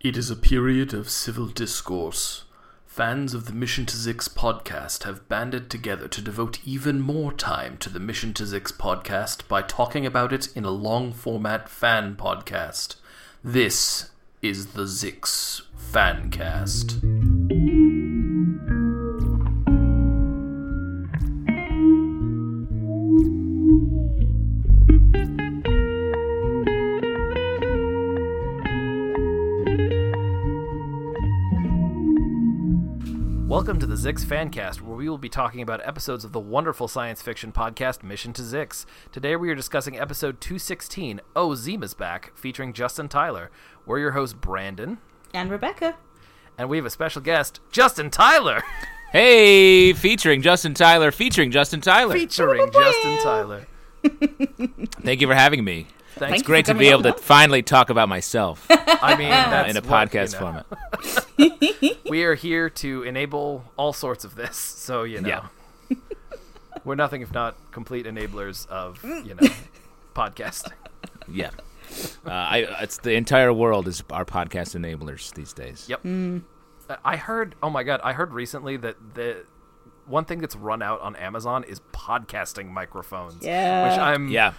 It is a period of civil discourse. Fans of the Mission to Zix podcast have banded together to devote even more time to the Mission to Zix podcast by talking about it in a long format fan podcast. This is the Zix Fancast. Welcome to the Zix Fancast, where we will be talking about episodes of the wonderful science fiction podcast Mission to Zix. Today we are discussing episode 216, Oh, Zima's Back, featuring Justin Tyler. We're your host, Brandon, and Rebecca. and we have a special guest, Justin Tyler, Hey, featuring Justin Tyler, featuring Justin Tyler. featuring Justin Tyler. Thank you for having me. Thanks. Thank you. Great to be coming able to on. finally talk about myself uh, I mean, that's in a what, you podcast know. format. We are here to enable all sorts of this, so you know. Yeah. We're nothing if not complete enablers of, you know, podcasting. Yeah. Uh, I, it's the entire world is our podcast enablers these days. Yep. I heard. Oh my god! I heard recently that the one thing that's run out on Amazon is podcasting microphones. Yeah. Which I'm. Yeah.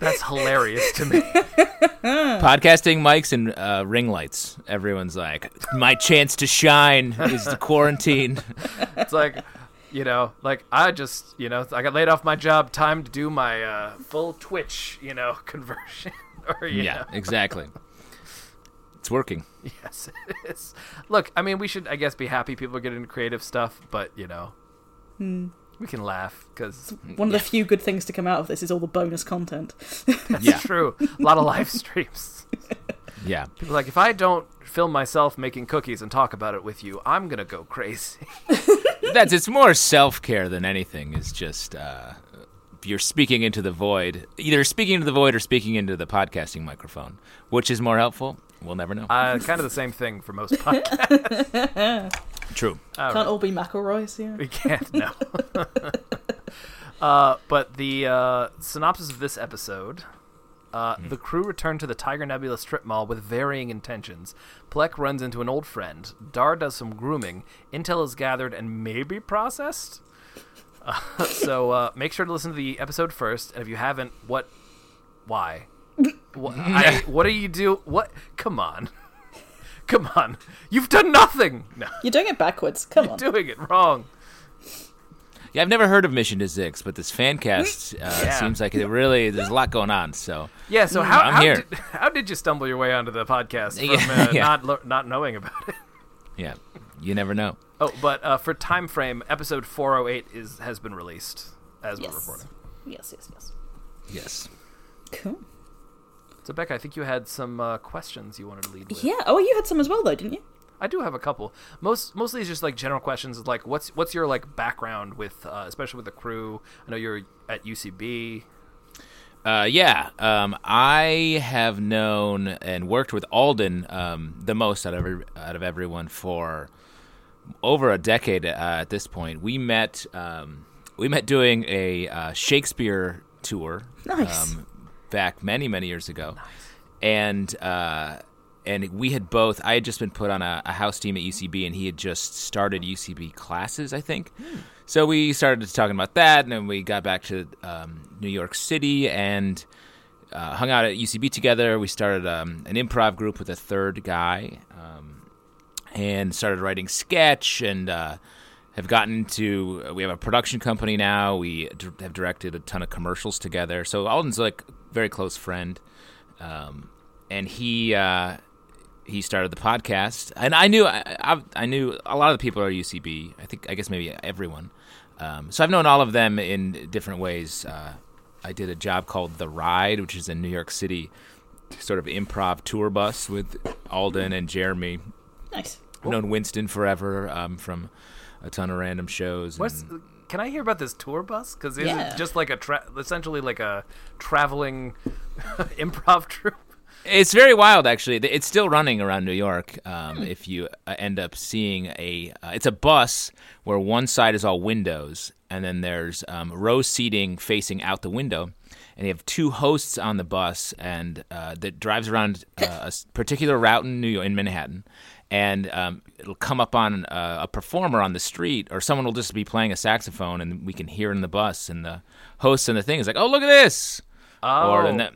That's hilarious to me. Hmm. Podcasting mics and uh, ring lights. Everyone's like, my chance to shine is the quarantine. It's like, you know, like I just, you know, I got laid off my job. Time to do my uh, full Twitch, you know, conversion. or you yeah, know, exactly. It's working. yes, it is. Look, I mean, we should, I guess, be happy people are getting into creative stuff, but you know, we can laugh because One of the few good things to come out of this is all the bonus content. Yeah. it's true. A lot of live streams. Yeah. Like if I don't film myself making cookies and talk about it with you, I'm gonna go crazy. That's it's more self care than anything. Is just uh, you're speaking into the void, either speaking into the void or speaking into the podcasting microphone. Which is more helpful? We'll never know. Uh, kind of the same thing for most podcasts. True. Can't all be McElroy's, yeah. We can't know. uh, but the uh, synopsis of this episode. Uh, The crew return to the Tiger Nebula strip mall with varying intentions. Plek runs into an old friend. Dar does some grooming. Intel is gathered and maybe processed. Uh, so uh, make sure to listen to the episode first. And if you haven't, what? Why? What, I, what do you do? What? Come on. Come on. You've done nothing. No, You're doing it backwards. Come on. doing it wrong. Yeah, I've never heard of Mission to Zix, but this fan cast uh, Yeah. seems like it really there's a lot going on. So Yeah, so how Hmm, I'm how, here. Did, how did you stumble your way onto the podcast from Yeah, uh, yeah. not lo- not knowing about it? yeah, you never know. Oh, but uh, for time frame, episode 408 is has been released as we're Yes. recording. Yes, yes, yes. Yes. Cool. So Becca, I think you had some uh, questions you wanted to lead with. Yeah. Oh, you had some as well, though, didn't you? I do have a couple. Most mostly it's just like general questions like what's what's your like background with uh, especially with the crew? I know you're at UCB. Uh, yeah, um, I have known and worked with Alden um, the most out of every, out of everyone for over a decade uh, at this point. We met um, we met doing a uh, Shakespeare tour Nice. Um, back many many years ago, and uh, and we had both. I had just been put on a, a house team at UCB, and he had just started UCB classes, I think. So we started talking about that, and then we got back to um, New York City and uh, hung out at UCB together. We started um, an improv group with a third guy, um, and started writing sketch and uh, have gotten to we have a production company now we d- have directed a ton of commercials together so alden's like a very close friend um, and he uh, he started the podcast and i knew I, I, I knew a lot of the people at ucb i think i guess maybe everyone um, so i've known all of them in different ways uh, i did a job called the ride which is in new york city sort of improv tour bus with alden and jeremy nice. I've known Winston forever um, from a ton of random shows. What's and- can I hear about this tour bus? Because is Yeah. it just like a tra- essentially like a traveling improv troupe? it's very wild, actually. It's still running around New York. Um, If you uh, end up seeing a, uh, it's a bus where one side is all windows, and then there's um, row seating facing out the window, and you have two hosts on the bus, and uh, that drives around uh, a s- particular route in New York, in Manhattan, and um, it'll come up on uh, a performer on the street, or someone will just be playing a saxophone, and we can hear it in the bus, and the host and the thing is like, "Oh, look at this!" Or and Oh.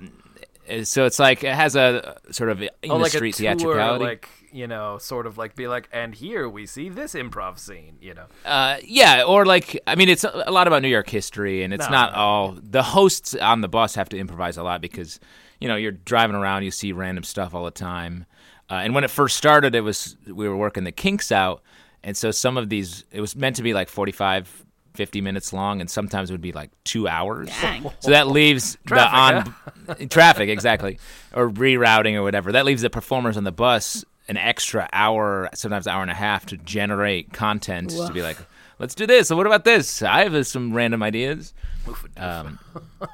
that, so it's like it has a sort of in oh, the like street a tour, theatricality. like you know, sort of like be like, and here we see this improv scene, you know. Uh, yeah, or like I mean, it's a a lot about New York history, and it's No. not all the hosts on the bus have to improvise a lot because you know you're driving around, you see random stuff all the time. Uh, and when it first started, it was we were working the kinks out, and so some of these it was meant to be like 45, 50 minutes long, and sometimes it would be like two hours. Dang. So that leaves Traffic, the on traffic exactly, or rerouting or whatever. That leaves the performers on the bus an extra hour, sometimes hour and a half, to generate content to be like, let's do this. So what about this? I have uh, some random ideas. Um,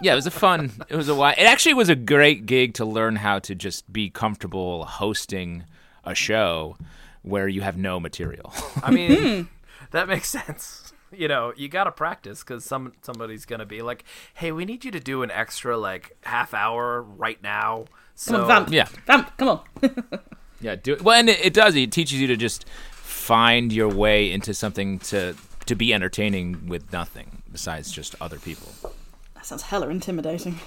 yeah, it was a fun. It was a while. It actually was a great gig to learn how to just be comfortable hosting a show where you have no material. I mean, that makes sense. You know, you gotta practice because some somebody's gonna be like, "Hey, we need you to do an extra like half hour right Come now." So on, vamp. yeah. Vamp, come on. Yeah, do it. Well, and it, it does. It teaches you to just find your way into something to to be entertaining with nothing besides just other people. that sounds hella intimidating.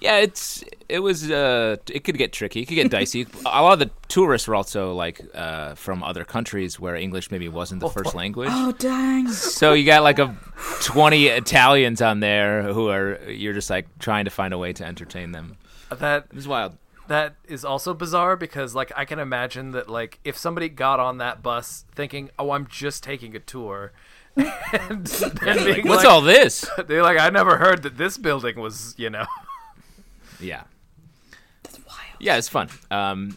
Yeah, it's it was uh it could get tricky. It could get dicey. A lot of the tourists were also like uh from other countries where English maybe wasn't the first language. Oh, dang. So you got like a 20 Italians on there who are you're just like trying to find a way to entertain them. that It was wild. that is also bizarre because like I can imagine that like if somebody got on that bus thinking, "Oh, I'm just taking a tour," and then being Like, what's like- all this? They're like, "I never heard that this building was," you know. Yeah. That's wild. Yeah, it's fun. Um,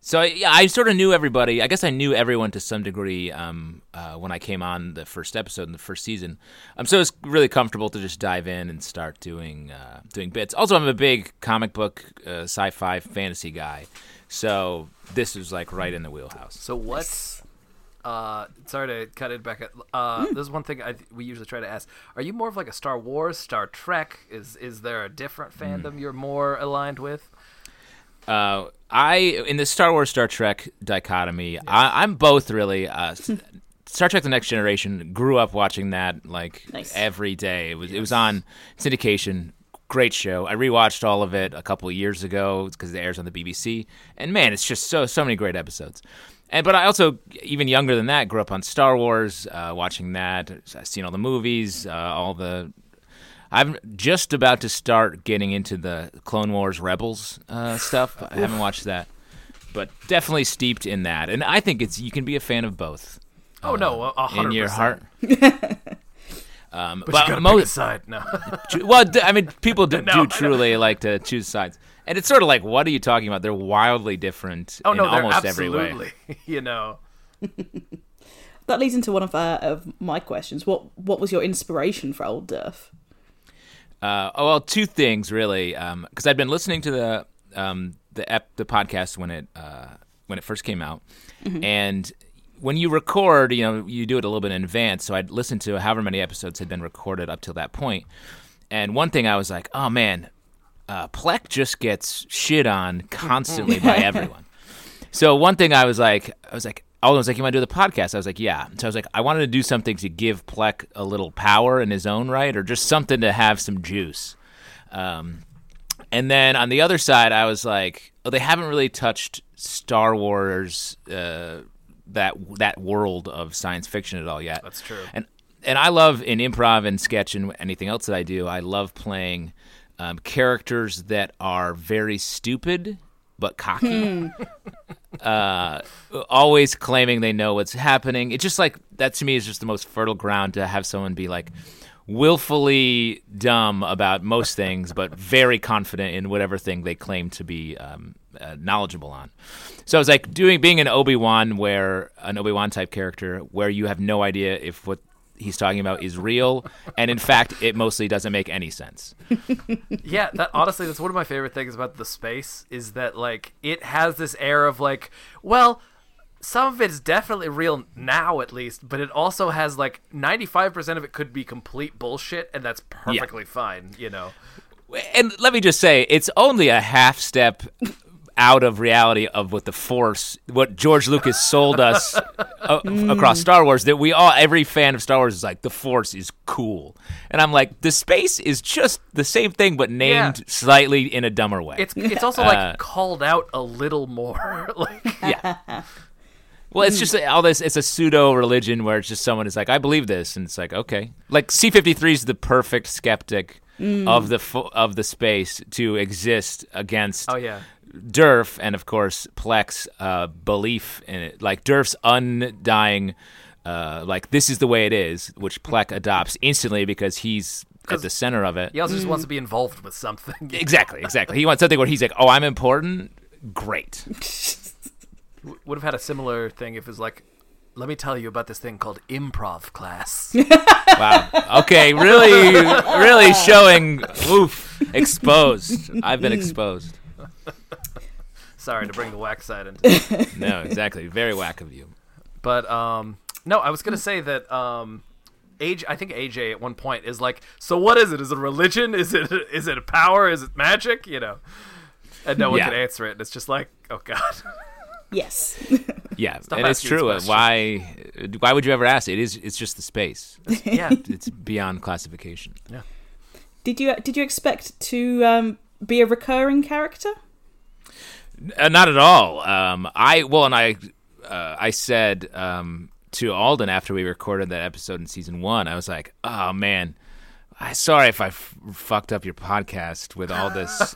so I, yeah, I sort of knew everybody. I guess I knew everyone to some degree um, uh, when I came on the first episode in the first season. Um, so it's really comfortable to just dive in and start doing uh, doing bits. Also, I'm a big comic book, uh, sci-fi, fantasy guy. So this is like right in the wheelhouse. So what's uh sorry to cut it back at, Mm. uh there's one thing I th- we usually try to ask are you more of like a Star Wars Star Trek is is there a different Mm. fandom you're more aligned with Uh, I in the Star Wars Star Trek dichotomy, I, I'm both really. Uh, s- Star Trek: The Next Generation. Grew up watching that like Nice. every day. It was it was on syndication. Great show. I rewatched all of it a couple of years ago because it airs on the BBC. And man, it's just so so many great episodes. And but I also even younger than that grew up on Star Wars, uh, watching that. I've seen all the movies, uh, all the. I'm just about to start getting into the Clone Wars Rebels uh, stuff. I haven't watched that, but definitely steeped in that. And I think it's you can be a fan of both oh no a- a Uh, hundred in your percent. heart. um, but but you gotta pick a most, side no well, d- I mean, people do, No, I do know. truly like to choose sides, and it's sort of like, what are you talking about? They're wildly different oh in no they're almost every way. absolutely you know That leads into one of, uh, of my questions. What What was your inspiration for Old Durf? Uh, oh, well, two things really, because I'd been listening to the um, the ep- the podcast when it uh, when it first came out, and when you record, you know, you do it a little bit in advance. So I'd listened to however many episodes had been recorded up till that point, and one thing I was like, oh man, uh, Plek just gets shit on constantly by everyone. So one thing I was like, I was like, Alden was like, you want to do the podcast? I was like, yeah. So I was like, I wanted to do something to give Plek a little power in his own right, or just something to have some juice. Um, and then on the other side, I was like, oh, they haven't really touched Star Wars, uh, that that world of science fiction at all yet. That's true. And and I love in improv and sketch and anything else that I do, I love playing um, characters that are very stupid but cocky uh, always claiming they know what's happening. It's just like that to me is just the most fertile ground to have someone be like willfully dumb about most things, but very confident in whatever thing they claim to be um, uh, knowledgeable on. So I was like doing being an Obi Wan where an Obi Wan type character where you have no idea if what he's talking about is real, and in fact, it mostly doesn't make any sense. yeah that honestly that's one of my favorite things about the space is that like it has this air of like well some of it's definitely real now at least but it also has like 95% of it could be complete bullshit and that's perfectly fine you know and let me just say, it's only a half step out of reality of what the force, what George Lucas sold us a- Mm. across Star Wars. That we all, every fan of Star Wars, is like, the force is cool, and I'm like, the space is just the same thing, but named Yeah. slightly in a dumber way. It's it's also like called out a little more. like yeah. Well, mm. it's just all this. It's a pseudo religion where it's just someone is like, I believe this, and it's like, okay, like C fifty three is the perfect skeptic Mm. of the fo- of the space to exist against. oh yeah. Durf and of course Plex uh, belief in it, like Durf's undying, uh, like this is the way it is, which Plek adopts instantly because he's at 'Cause- the center of it. He also just wants to be involved with something. Exactly, exactly. He wants something where he's like, oh, I'm important. Great. Would have had a similar thing if it was like, let me tell you about this thing called improv class. Wow. Okay, really, really showing. Oof. Exposed. I've been exposed. Sorry to bring the whack side into it. No, exactly. Very whack of you. But um, no, I was gonna say that um, AJ, I think AJ at one point is like, so what is it? Is it a religion? Is it is it a power? Is it magic? You know, and no one Yeah. can answer it. And it's just like, oh god, Yes. Yeah, Stop and it's asking true. these questions. Why? Why would you ever ask? It is. It's just the space. yeah. It's beyond classification. did you did you expect to um, be a recurring character? Uh, not at all. Um, I well, and I, uh, I said um, to Alden after we recorded that episode in season one, I was like, "Oh man, I sorry if I f- fucked up your podcast with all this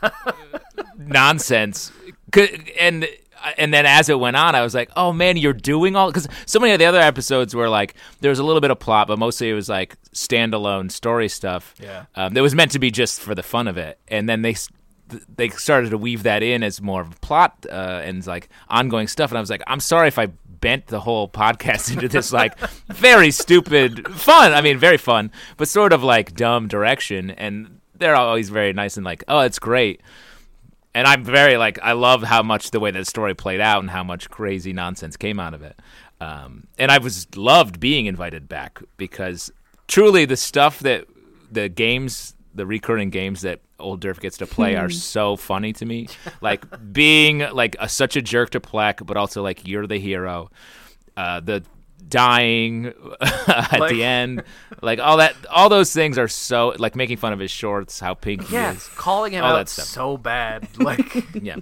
nonsense." 'Cause- And and then as it went on, I was like, "Oh man, you're doing all." Because so many of the other episodes were like, there was a little bit of plot, but mostly it was like standalone story stuff. Yeah. um, that was meant to be just for the fun of it, and then they. s- th- They started to weave that in as more of a plot uh, and like ongoing stuff, and I was like, "I'm sorry if I bent the whole podcast into this like very stupid fun. I mean, very fun, but sort of like dumb direction." And they're always very nice and like, "Oh, it's great," and I'm very like I love how much the way that story played out and how much crazy nonsense came out of it. Um, and I was loved being invited back because truly the stuff that the games, the recurring games that Old Durf gets to play Hmm. are so funny to me. Like being like a, such a jerk to Plek, but also like you're the hero. Uh, the dying at Like- the end, like all that, all those things are so like making fun of his shorts, how pink Yeah, he is. calling him All out that stuff. so bad. Like, Yeah.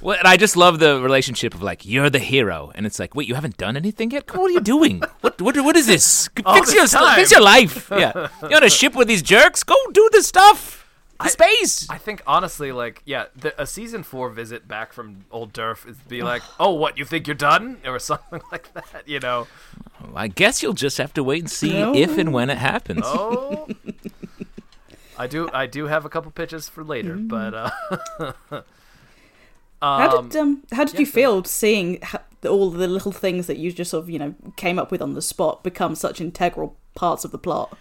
Well, and I just love the relationship of like you're the hero, and it's like, wait, you haven't done anything yet. What are you doing? What what what is this? fix this your time. fix your life. Yeah, you're on a ship with these jerks. Go do the stuff. The I- space. I think honestly, like, yeah, the, a season four visit back from Old Durf is be like, oh, what you think you're done or something like that. You know, I guess you'll just have to wait and see No. if and when it happens. oh. I do, I do have a couple pitches for later, but uh, How did um, how did you yeah, go feel seeing ho- all the little things that you just sort of you know came up with on the spot become such integral parts of the plot?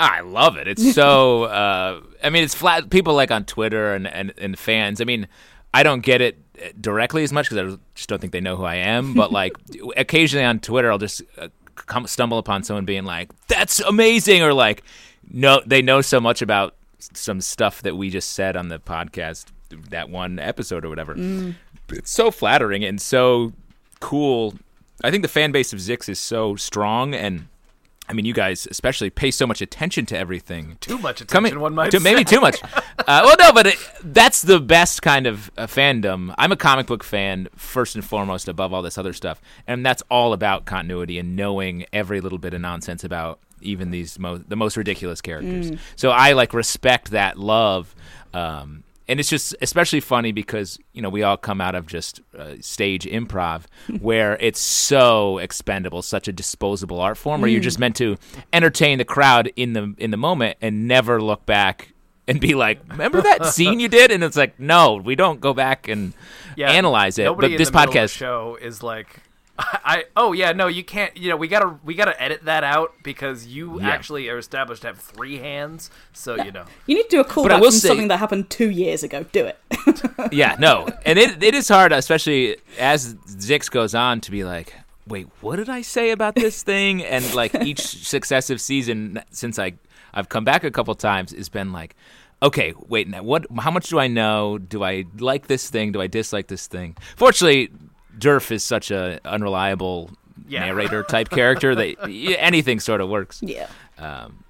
I love it. It's so. Uh, I mean, it's flat. People like on Twitter and and, and fans. I mean, I don't get it uh, directly as much because I just don't think they know who I am. But like, occasionally on Twitter, I'll just uh, come, stumble upon someone being like, "That's amazing," or like, "No, they know so much about s- some stuff that we just said on the podcast, that one episode or whatever." It's so flattering and so cool. I think the fan base of Zix is so strong and. I mean, you guys especially pay so much attention to everything. too much attention. Coming, one might to, maybe say. too much. Uh, well, no, but it, that's the best kind of uh, fandom. I'm a comic book fan first and foremost, above all this other stuff, and that's all about continuity and knowing every little bit of nonsense about even these mo- the most ridiculous characters. So I like respect that love, um, and it's just especially funny because you know we all come out of just uh, stage improv where it's so expendable, such a disposable art form, where you're just meant to entertain the crowd in the in the moment and never look back and be like, "Remember that scene you did?" And it's like, no, we don't go back and Yeah, analyze it. Nobody but in this the middle of the podcast, show is like, I, I oh yeah, no, you can't. You know, we gotta we gotta edit that out because you Yeah. actually are established to have three hands. So you know, You need to do a I callback will from say- something that happened two years ago. Do it. yeah, no, and it it is hard, especially as Zix goes on to be like, wait, what did I say about this thing? And like each successive season since I I've come back a couple times has been like. okay, wait, now what? How much do I know? Do I like this thing? Do I dislike this thing? Fortunately, Durf is such a unreliable Yeah. narrator type character that y- anything sort of works. Yeah. Um,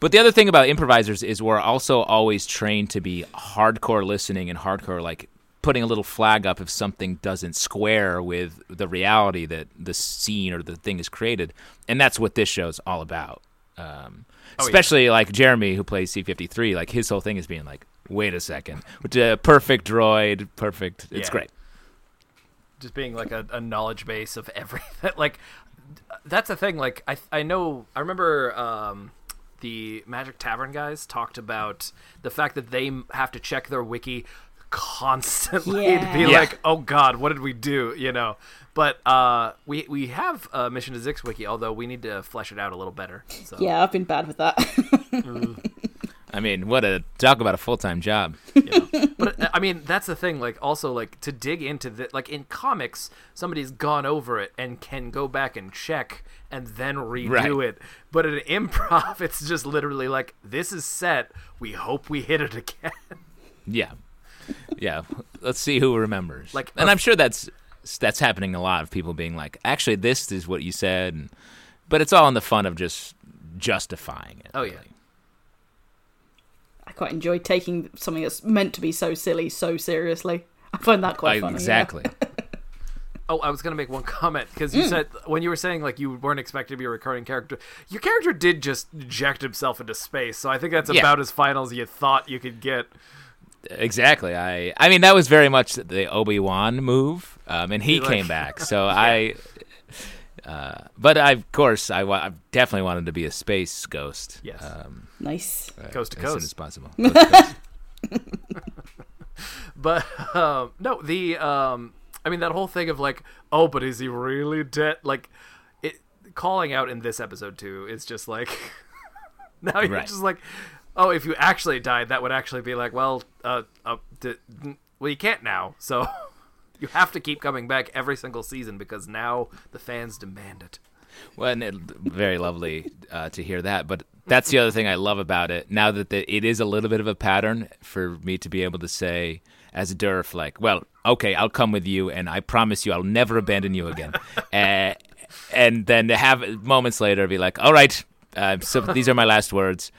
but the other thing about improvisers is we're also always trained to be hardcore listening and hardcore like putting a little flag up if something doesn't square with the reality that the scene or the thing is created, and that's what this show is all about. Um, Oh, yeah. especially like Jeremy who plays C fifty three, like his whole thing is being like, "Wait a second, which, uh, perfect droid, perfect. It's Yeah. great." just being like a, a knowledge base of everything like that's the thing like i i know i remember um the magic tavern guys talked about the fact that they m- have to check their wiki constantly to be Yeah. Yeah. like oh god what did we do you know but uh we we have a mission to zix wiki although we need to flesh it out a little better so Yeah, I've been bad with that. I mean, what a talk about a full time job. but uh, I mean, that's the thing. Like, also, like to dig into the like in comics, somebody's gone over it and can go back and check and then redo Right. it. But in improv, it's just literally like, this is set. We hope we hit it again. Yeah, yeah. Let's see who remembers. Like- uh, and I'm sure that's that's happening a lot of people being like, actually, this is what you said, and, but it's all in the fun of just justifying it. Oh, yeah. really. I quite enjoy taking something that's meant to be so silly so seriously. I find that quite I- funny. yeah. exactly. oh, I was gonna make one comment because Mm. you said when you were saying like you weren't expected to be a recurring character, your character did just eject himself into space. So I think that's Yeah. about as final as you thought you could get. Exactly. I I mean that was very much the Obi Wan move, um, and he You're like- came back. So I, uh, but I, of course I, wa- I definitely wanted to be a space ghost. Yes. Um, Nice. Coast to as soon coast. as possible. Coast to coast. But um, no, the um, I mean that whole thing of like, oh, but is he really dead? Like, it calling out in this episode too is just like now you're Right. just like, oh, if you actually died, that would actually be like, well, uh, uh d- n- well, you can't now, so you have to keep coming back every single season because now the fans demand it. Well, and it, very lovely uh, to hear that. But that's the other thing I love about it. Now that the, it is a little bit of a pattern for me to be able to say, as a Durf, like, well, okay, I'll come with you, and I promise you, I'll never abandon you again. uh, and then to have moments later be like, all right, uh, so these are my last words.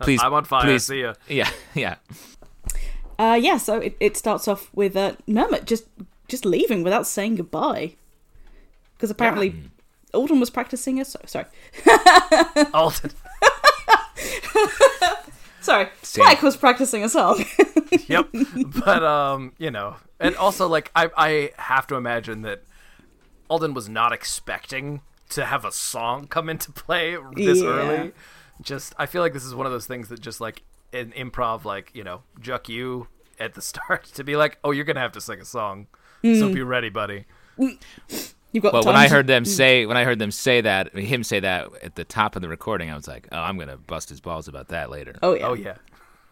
Please, I'm on fire. Please. See ya. Yeah, yeah. Uh, yeah, so it, it starts off with uh, Mermit just just leaving without saying goodbye. Because apparently Mm. Alden was practicing a. So- sorry. Alden. Sorry. Same. Spike was practicing a song. yep. But um, you know, and also like I I have to imagine that Alden was not expecting to have a song come into play this Yeah. early. Just I feel like this is one of those things that just like an improv like, you know, juck you at the start to be like, "Oh, you're going to have to sing a song." Mm-hmm. So be ready, buddy. You've got But when time I to- heard them say, when I heard them say that, him say that at the top of the recording, I was like, oh, I'm gonna bust his balls about that later. Oh yeah. Oh yeah.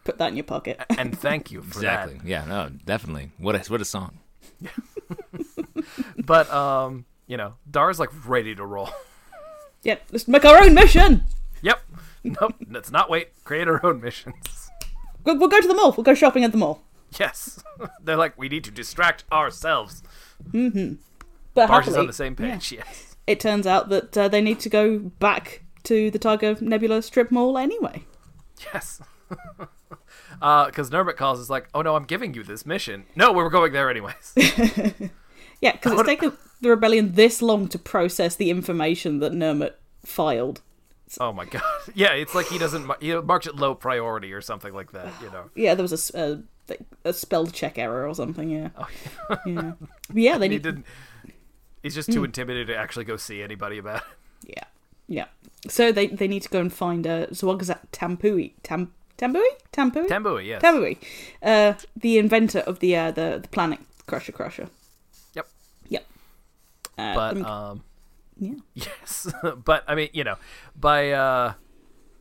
Put that in your pocket. And thank you for that. exactly. Yeah, no, definitely. What a what a song. But um, you know, Dar's like ready to roll. yep. Let's make our own mission. yep. Nope, let's not wait. Create our own missions. We'll, we'll go to the mall. We'll go shopping at the mall. Yes. They're like, we need to distract ourselves. But Barge is happily, on the same page, yes. it turns out that uh, they need to go back to the Tiger Nebula strip mall anyway. Yes. Because Nermit calls is like, oh no, I'm giving you this mission. No, we were going there anyways. Yeah, because it's What- taken the rebellion this long to process the information that Nermit filed. oh my god. Yeah, it's like he doesn't, mar- he marked it low priority or something like that, you know. Yeah, there was a, s- a, like, a spell check error or something. Yeah. Oh yeah. yeah. But yeah, they He Hmm. need. didn't, he's just too intimidated to actually go see anybody about it. Yeah. Yeah. So they they need to go and find uh, Zwagzat Tampui. Tam Tampui? Tampui. Tambui, yes. Tampui. Uh, the inventor of the uh, the the planet Crusher Crusher. Yep. Yep. Uh, But, um, um, yeah. yes. but, I mean, you know, by, uh,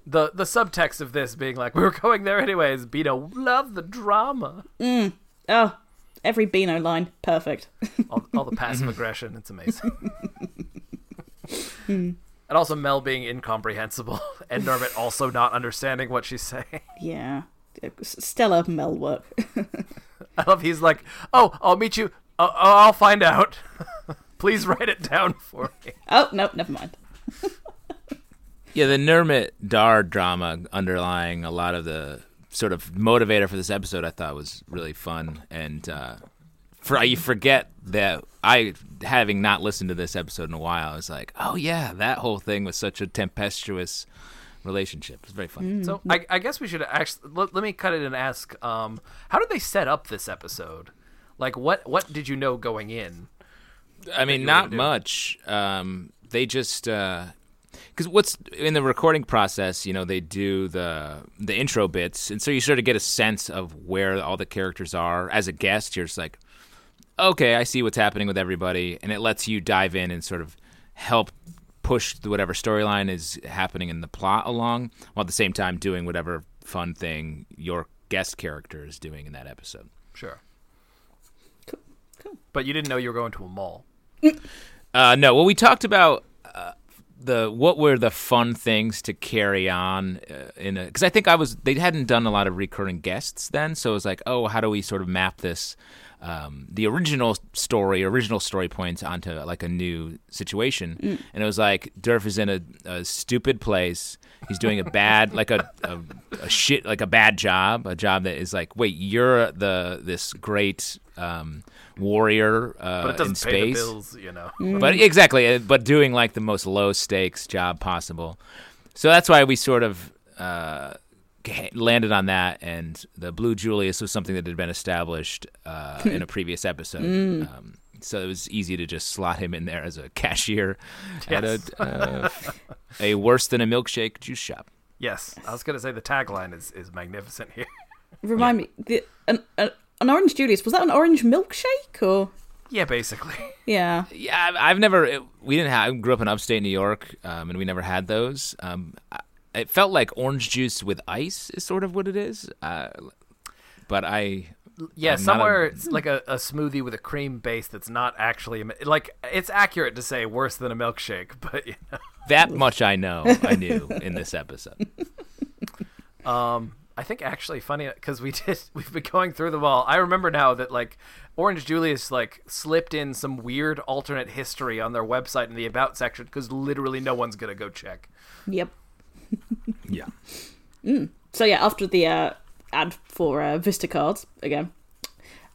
the, the subtext of this being like we were going there anyways, Beto love the drama, Oh, every Beano line, perfect. all, all the passive aggression, it's amazing. And also Mel being incomprehensible and Nermit also not understanding what she's saying. yeah. stellar Mel work. I love he's like, oh, I'll meet you. Uh, I'll find out. Please write it down for me. oh no, never mind. Yeah, the Nermit Dar drama underlying a lot of the sort of motivator for this episode, I thought was really fun. And uh, for you forget that I, having not listened to this episode in a while, I was like, oh yeah, that whole thing was such a tempestuous relationship. It's very fun. So I, I guess we should actually let, let me cut it and ask, um, how did they set up this episode? Like, what what did you know going in? I mean, not much. Um, they just because what's in the recording process, you know, they do the the intro bits, and so you sort of get a sense of where all the characters are. As a guest, you're just like, okay, I see what's happening with everybody, and it lets you dive in and sort of help push the, whatever storyline is happening in the plot along, while at the same time doing whatever fun thing your guest character is doing in that episode. Sure, Cool, cool. but you didn't know you were going to a mall. Uh, no. Well, we talked about uh, the what were the fun things to carry on uh, in because I think I was they hadn't done a lot of recurring guests then, so it was like, oh, how do we sort of map this um, the original story, original story points onto like a new situation? And it was like Durf is in a, a stupid place. He's doing a bad like a, a a shit like a bad job, a job that is like, wait, you're the this great um, warrior uh, But it in doesn't space. pay the bills, you know. But exactly, uh, but doing like the most low stakes job possible. So that's why we sort of uh, g- landed on that. And the Blue Julius was something that had been established uh, in a previous episode. Um, so it was easy to just slot him in there as a cashier at a, Yes. uh, a worse than a milkshake juice shop. Yes, I was gonna say the tagline is is magnificent here. Remind me, the, an, an an orange Julius was that an orange milkshake or yeah, basically. yeah? Uh, Yeah, I- I've never. It, we didn't have. I grew up in upstate New York, um, and we never had those. Um, I, it felt like orange juice with ice is sort of what it is. Uh, but I, I'm not Yeah, a- somewhere it's like a, a smoothie with a cream base that's not actually a mi- like it's accurate to say worse than a milkshake, but you know. that much I know. I knew in this episode. Um, I think actually funny because we did we've been going through them all. I remember now that like Orange Julius like slipped in some weird alternate history on their website in the about section because literally no one's gonna go check. Yep. Yeah. So yeah, after the uh, ad for uh, Vista cards again,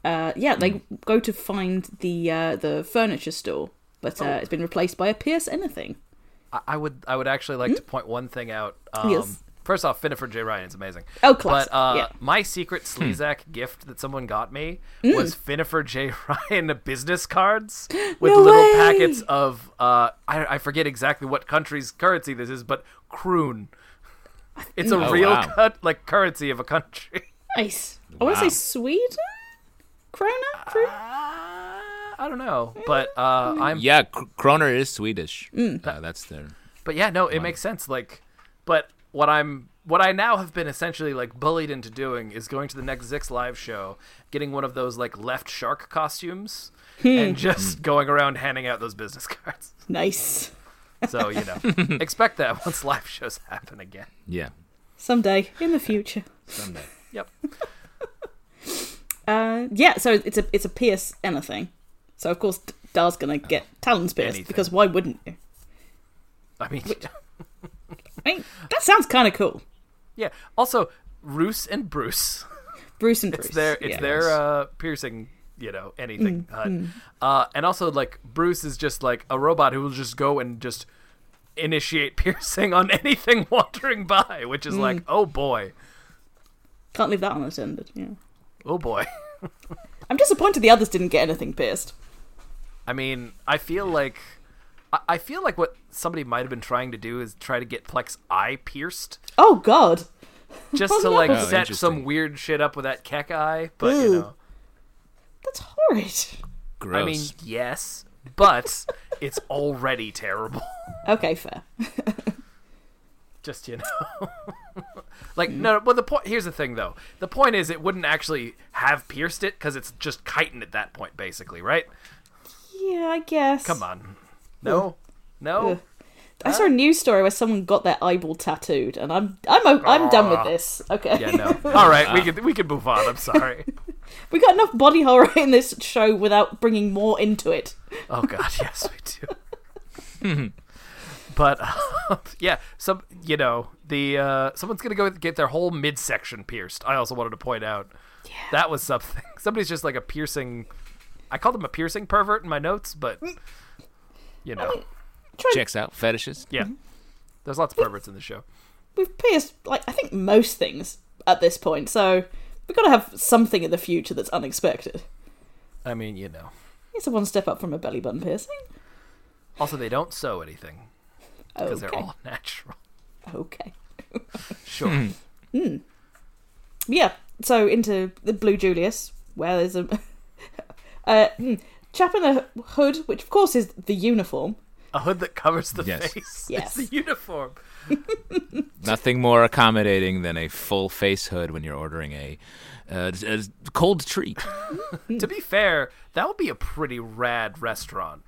uh, yeah, they Hmm. go to find the uh, the furniture store, but Oh. uh, it's been replaced by a Pierce Anything. I, I would I would actually like to point one thing out. Um, Hmm? Yes. First off, Finnifer J Ryan is amazing. Oh, class. But uh, Yeah. my secret Hmm. Slezak gift that someone got me Hmm. was Finnifer J Ryan business cards with No little way. packets of uh, I, I forget exactly what country's currency this is, but croon. It's a Oh, real wow. cut like currency of a country. Nice. I want to Wow. say Sweden, Krona, Ah. Krona? I don't know, but Oh, uh, I'm Yeah, Kr- Kroner is Swedish. Mm. Uh, that's their. But yeah, no, it makes sense. Like, but what I'm, what I now have been essentially like bullied into doing is going to the next Zix live show, getting one of those like left shark costumes, Hmm. and just going around handing out those business cards. nice. So you know, expect that once live shows happen again. Yeah. Someday in the future. Someday. Yep. Uh, yeah, so it's a it's a Pierce Anything. So of course D- Dar's gonna get Talon's pierced Oh, Anything. because why wouldn't you? I mean, I mean, that sounds kind of cool. yeah. Also, Roos and Bruce. Bruce and Bruce. It's their, it's yeah. Hmm. their uh, piercing. You know anything, hut. Uh, and also like Bruce is just like a robot who will just go and just initiate piercing on anything wandering by, which is like, oh boy, Can't leave that unattended. Yeah. oh boy. I'm disappointed the others didn't get anything pierced. I mean, I feel like I, I feel like what somebody might have been trying to do is try to get Plex eye pierced, Oh God. just to no. like Oh, set some interesting. weird shit up with that keck eye. But you Ew. know, That's horrid. Gross. I mean, yes, but it's already terrible. Okay, fair. just you know like no but the point here's the thing though the point is it wouldn't actually have pierced it because it's just chitin at that point basically right Yeah, I guess. come on no no Ugh. I saw a news story where someone got their eyeball tattooed, and I'm I'm o- I'm done with this. Okay, Yeah, no. All right, we could we could move on. I'm sorry. we got enough body horror in this show without bringing more into it. Oh God, yes, we do. but uh, yeah, some you know the uh, someone's gonna go get their whole midsection pierced. I also wanted to point out that was something. Somebody's just like a piercing. I called him a piercing pervert in my notes, but Mm. you Oh, know, Checks out fetishes. yeah, Mm-hmm. there's lots of perverts in the show. We've pierced like I think most things at this point, so we've got to have something in the future that's unexpected. I mean, you know. It's a one step up from a belly button piercing. Also, they don't sew anything because Okay. they're all natural. Okay. Sure. Yeah. So into the Blue Julius, where there's a uh, hmm, chap in a hood, which of course is the uniform. a hood that covers the Yes. face. Yes. It's the uniform. Nothing more accommodating than a full face hood when you're ordering a, uh, a cold treat. to be fair, that would be a pretty rad restaurant.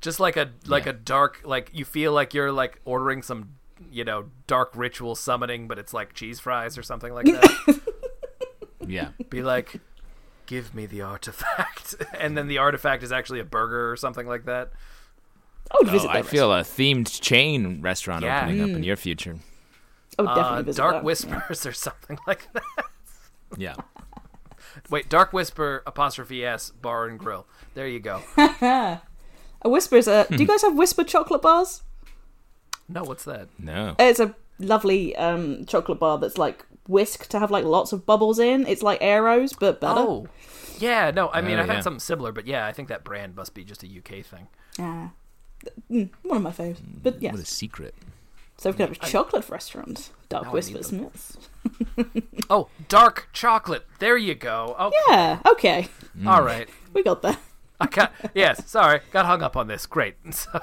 Just like a like Yeah. a dark like you feel like you're like ordering some you know dark ritual summoning, but it's like cheese fries or something like that. Yeah. be like, give me the artifact, and then the artifact is actually a burger or something like that. I would Oh, visit that. I feel a themed chain restaurant Yeah. opening Mm. up in your future. restaurant. I would definitely Uh, visit dark that. whispers or something like that. Yeah. Wait, dark whisper apostrophe s bar and grill. There you go. A whisper is a. Do you guys have whisper chocolate bars? No, what's that? No. It's a lovely um, chocolate bar that's like whisked to have like lots of bubbles in. It's like arrows, but better. Oh, yeah. No, I mean Oh, I've yeah. had something similar, but yeah, I think that brand must be just a UK thing. Yeah. Mm, one of my faves. But yeah, What a secret. so we can have a chocolate restaurant. Dark Now I need whispers. them. yes. Oh, dark chocolate. There you go. Oh, Yeah. Okay. all right. We got that. I got yes. Sorry, got hung up on this. Great. So,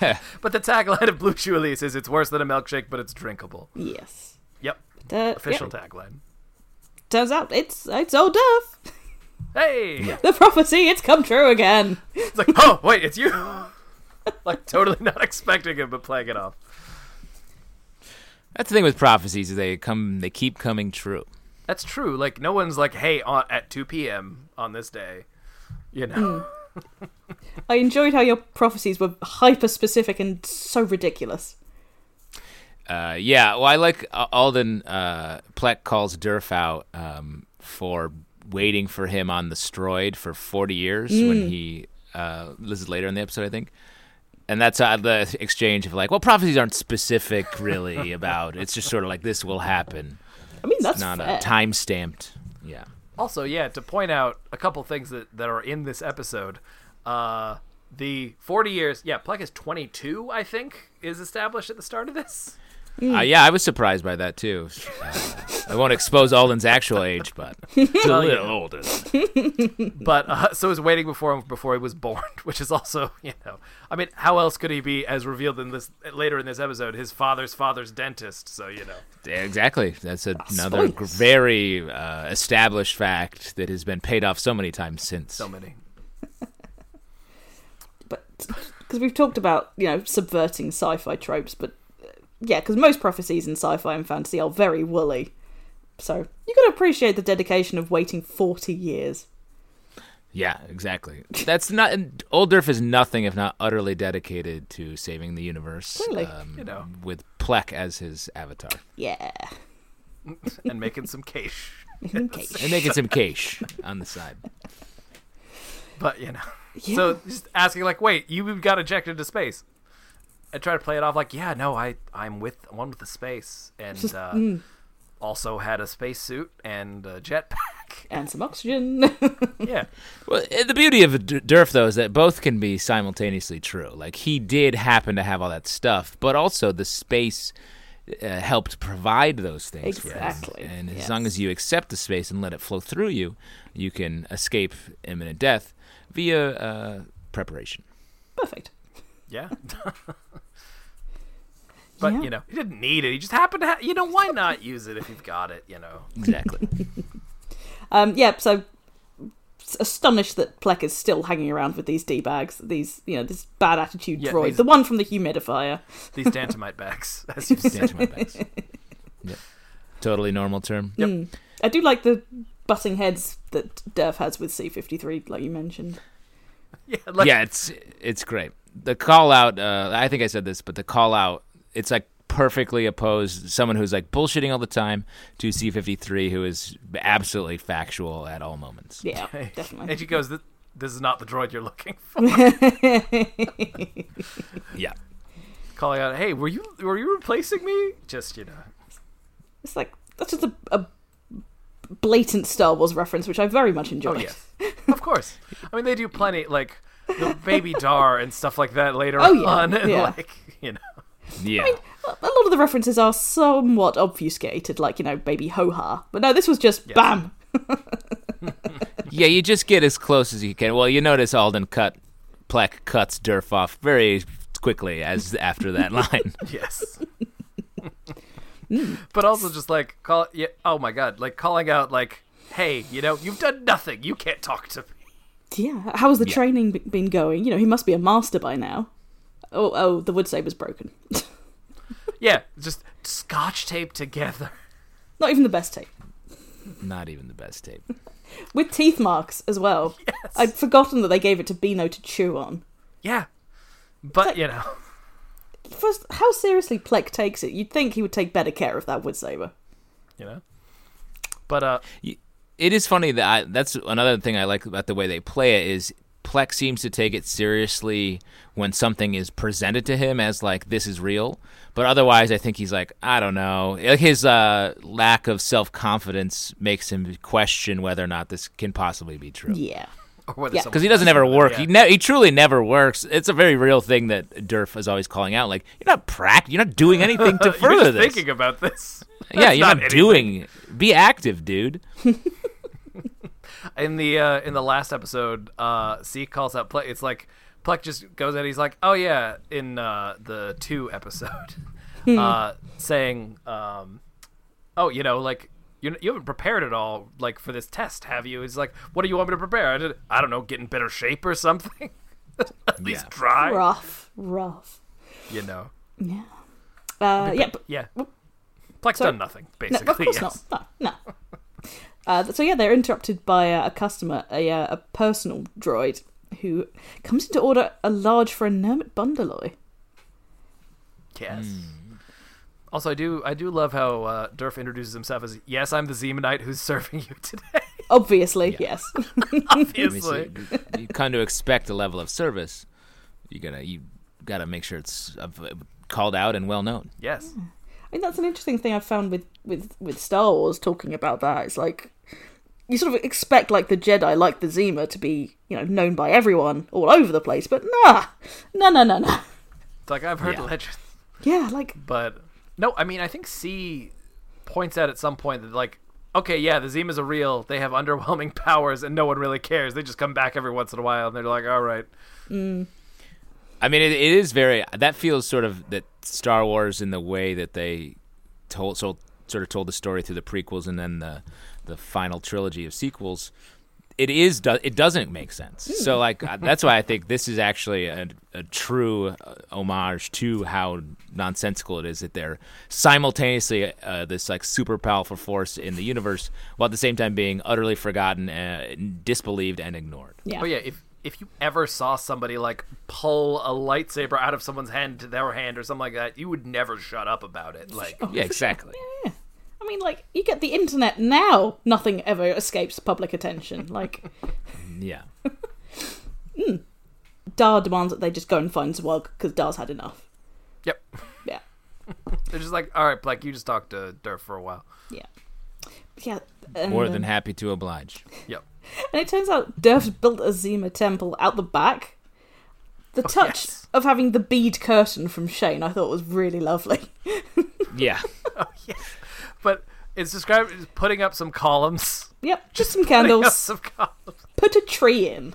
but the tagline of Blue Shoe Elise is "It's worse than a milkshake, but it's drinkable." Yes. Yep, But, uh, official yeah, tagline. turns out it's it's old Duff. Hey, The prophecy. It's come true again. it's like oh wait, it's you. like totally not expecting it, but playing it off. That's the thing with prophecies is they come they keep coming true. That's true. Like no one's like, hey, on, at two p.m. on this day, you know. I enjoyed how your prophecies were hyper specific and so ridiculous. Uh, yeah, well, I like uh, Alden. Uh, Plek calls Durf out um, for waiting for him on the Stroid for 40 years Mm. when he. Uh, this is later in the episode, I think. And that's uh, the exchange of like, well, prophecies aren't specific really about. It's just sort of like this will happen, I mean, that's not fair. uh, time stamped. Yeah. Also, yeah, to point out a couple things that, that are in this episode. Uh, the 40 years, yeah, Plek is 22, I think, is established at the start of this. Uh, yeah, I was surprised by that too. Uh, I won't expose Alden's actual age, but it's a little older. But uh, so is waiting before him before he was born, which is also, you know, I mean, how else could he be as revealed in this later in this episode? His father's father's dentist, so you know. Yeah, Exactly. That's a- another gr- spoilers. very uh, established fact that has been paid off so many times since. So many. but because we've talked about you know subverting sci-fi tropes, but uh, yeah, because most prophecies in sci-fi and fantasy are very woolly. So you got to appreciate the dedication of waiting forty years. yeah, exactly. That's not. and Old Durf is nothing if not utterly dedicated to saving the universe. um, Clearly. You know. With Plek as his avatar. Yeah, And making some cash. in case. And making some cash on the side. But, you know. Yeah. So just asking, like, wait, you got ejected to space. And try to play it off like, yeah, no, I, I'm with one with the space, and Just- mm. uh, also had a spacesuit and a jetpack. and some oxygen. yeah, Well, eh, the beauty of D- Durf though is that both can be simultaneously true. Like he did happen to have all that stuff, but also the space uh, helped provide those things for Exactly, him. And as yes. long as you accept the space and let it flow through you, you can escape imminent death via uh, preparation. Perfect. yeah. but Yeah. you know, he didn't need it. He just happened to. Ha- you know, why not use it if you've got it? You know, Exactly. Um, yeah, so astonished that Plek is still hanging around with these d bags, these you know this bad attitude Yeah, droid, these- the one from the humidifier. These Dantamite bags, as you've seen. Stand to my backs. Yeah. Totally normal term. Yep. Mm. I do like the butting heads that Derf has with C fifty three, like you mentioned. Yeah, like, yeah, it's it's great. The call out. Uh, I think I said this, but the call out. It's like perfectly opposed. Someone who's like bullshitting all the time to C fifty three, who is absolutely factual at all moments. Yeah, Okay. definitely. And she goes, "Th- "This is not the droid you're looking for." Yeah. Calling out, "Hey, were you were you replacing me?" Just you know, It's like that's just a, a blatant Star Wars reference, which I very much enjoyed. Oh, yes. of course. I mean, they do plenty like the baby Dar and stuff like that later Oh, yeah, on, and yeah. like you know, Yeah. A a lot of the references are somewhat obfuscated, like you know, baby ho ha. But no, this was just bam. yeah. You just get as close as you can. Well, you notice Alden cut Plek cuts Durf off very quickly as after that line. yes. but also just like call, yeah, oh my god, like calling out like, "Hey, you know, you've done nothing. You can't talk to me." Yeah, how has the Yeah. training b- been going? You know, he must be a master by now. Oh, oh, the wood saber's broken. Yeah, just scotch tape together. Not even the best tape. Not even the best tape. With teeth marks as well. Yes. I'd forgotten that they gave it to Beano to chew on. Yeah, but you know, First, how seriously Plek takes it, you'd think he would take better care of that wood saber. you know. But uh, it is funny that I, that's another thing I like about the way they play it is Plex seems to take it seriously when something is presented to him as like this is real, but otherwise I think he's like I don't know. Like his uh, lack of self confidence makes him question whether or not this can possibly be true. Yeah. or whether Yeah. someone Because he doesn't ever work. Yeah. He ne- he truly never works. It's a very real thing that Durf is always calling out. Like you're not pract, you're not doing anything to further You're just this. thinking about this. yeah, you're not not, anything. doing. Be active, dude. in the uh, in the last episode, uh, C calls out Plek. It's like Plek just goes out. He's like, "Oh yeah," in uh, the two episode, Hmm. uh, saying, um, "Oh, you know, like you you haven't prepared at all, like for this test, have you?" He's like, "What do you want me to prepare? I, did, I don't know, get in better shape or something. at least Yeah. try, rough. Rough. you know." Yeah. Uh, yeah, but Yeah, Plek's Sorry? done nothing no, basically. of course yes. not. No, no. Uh, th- so yeah, they're interrupted by uh, a customer, a, uh, a personal droid, who comes in to order a large for a Nermit Bundeloy. Yes. Also, I do I do love how uh, Durf introduces himself as, "Yes, I'm the Zemanite who's serving you today." Obviously, yes. I mean, so Obviously. you- you kind of expect a level of service. You gotta you gotta make sure it's uh, called out and well known. Yes. I mean, that's an interesting thing I've found with, with, with Star Wars talking about that. It's like you sort of expect like the Jedi, like the Zima, to be you know known by everyone all over the place, but nah, no, no, no, no. It's like I've heard Yeah. legends, Yeah, like but no, I mean I think C points out at some point that like okay, yeah, the Zimas are real. They have underwhelming powers and no one really cares. They just come back every once in a while and they're like, "All right." I mean, it, it is very that feels sort of that Star Wars in the way that they told so sort of told the story through the prequels and then the the final trilogy of sequels. It is do, it doesn't make sense. Hmm. So like I- that's why I think this is actually a, a true uh, homage to how nonsensical it is that they're simultaneously uh, this like super powerful force in the universe while at the same time being utterly forgotten, uh, disbelieved, and ignored. yeah, Oh yeah, if if you ever saw somebody like pull a lightsaber out of someone's hand to their hand or something like that, you would never shut up about it. Like Yeah, exactly. I mean, like you get the internet now; nothing ever escapes public attention. Like Yeah. Dar demands that they just go and find Zwog because Dar's had enough. Yep. Yeah, They're just like, "All right, Black, you just talk to Durf for a while." yeah, yeah. And, More than um, happy to oblige. Yep. and it turns out Durf's built a Zima temple out the back. The touch yes. of having the bead curtain from Shane, I thought was really lovely. Yeah. But it's described as putting up some columns. Yep, just some Putting up candles. some columns. Put a tree in.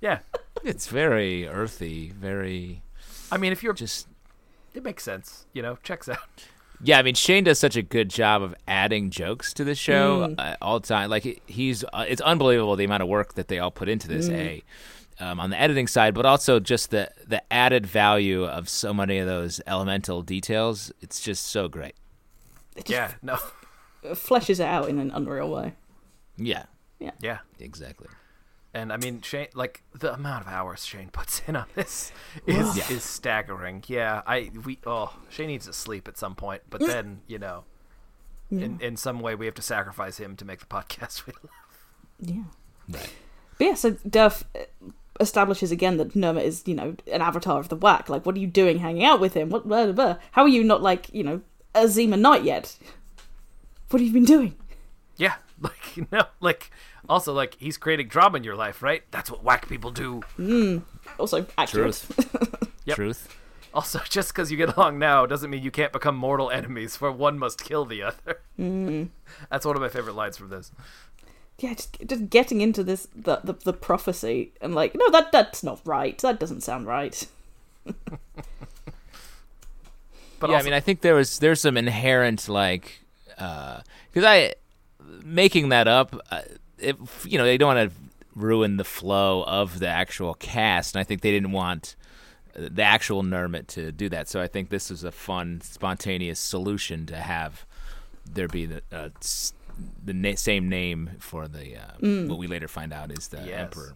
Yeah. It's very earthy, very I mean, if you're just It makes sense, you know. Checks out. Yeah, I mean Shane does such a good job of adding jokes to the show uh, all the time. Like it- he's, uh, it's unbelievable the amount of work that they all put into this. A um, on the editing side, but also just the the added value of so many of those elemental details. It's just so great. Yeah, no. Fleshes it out in an unreal way. Yeah, Yeah. exactly. And I mean, Shane, like the amount of hours Shane puts in on this is is staggering. Yeah, I we oh Shane needs to sleep at some point, Mm. but then you know, in in some way we have to sacrifice him to make the podcast. We love. Yeah. Right. But yeah, so Duff uh, establishes again that Noma is, you know, an avatar of the whack. Like, what are you doing hanging out with him? What, blah, blah, blah. How are you not, like, you know, a Zima Knight yet? What have you been doing? Yeah, like you know, like also like he's creating drama in your life, right? That's what whack people do. Also, accurate. Yep. Truth. Also, just because you get along now doesn't mean you can't become mortal enemies, for one must kill the other. Mm-hmm. That's one of my favorite lines from this. yeah, just, just getting into this, the, the, the prophecy, and like, no, that that's not right. That doesn't sound right. But yeah, I also, mean, I think there was there's some inherent like because I making that up, uh, it, you know, they don't want to ruin the flow of the actual cast, and I think they didn't want uh, the actual Nermit to do that. So I think this was a fun, spontaneous solution to have there be the. Uh, s- the na- same name for the uh, what we later find out is the Yes. emperor.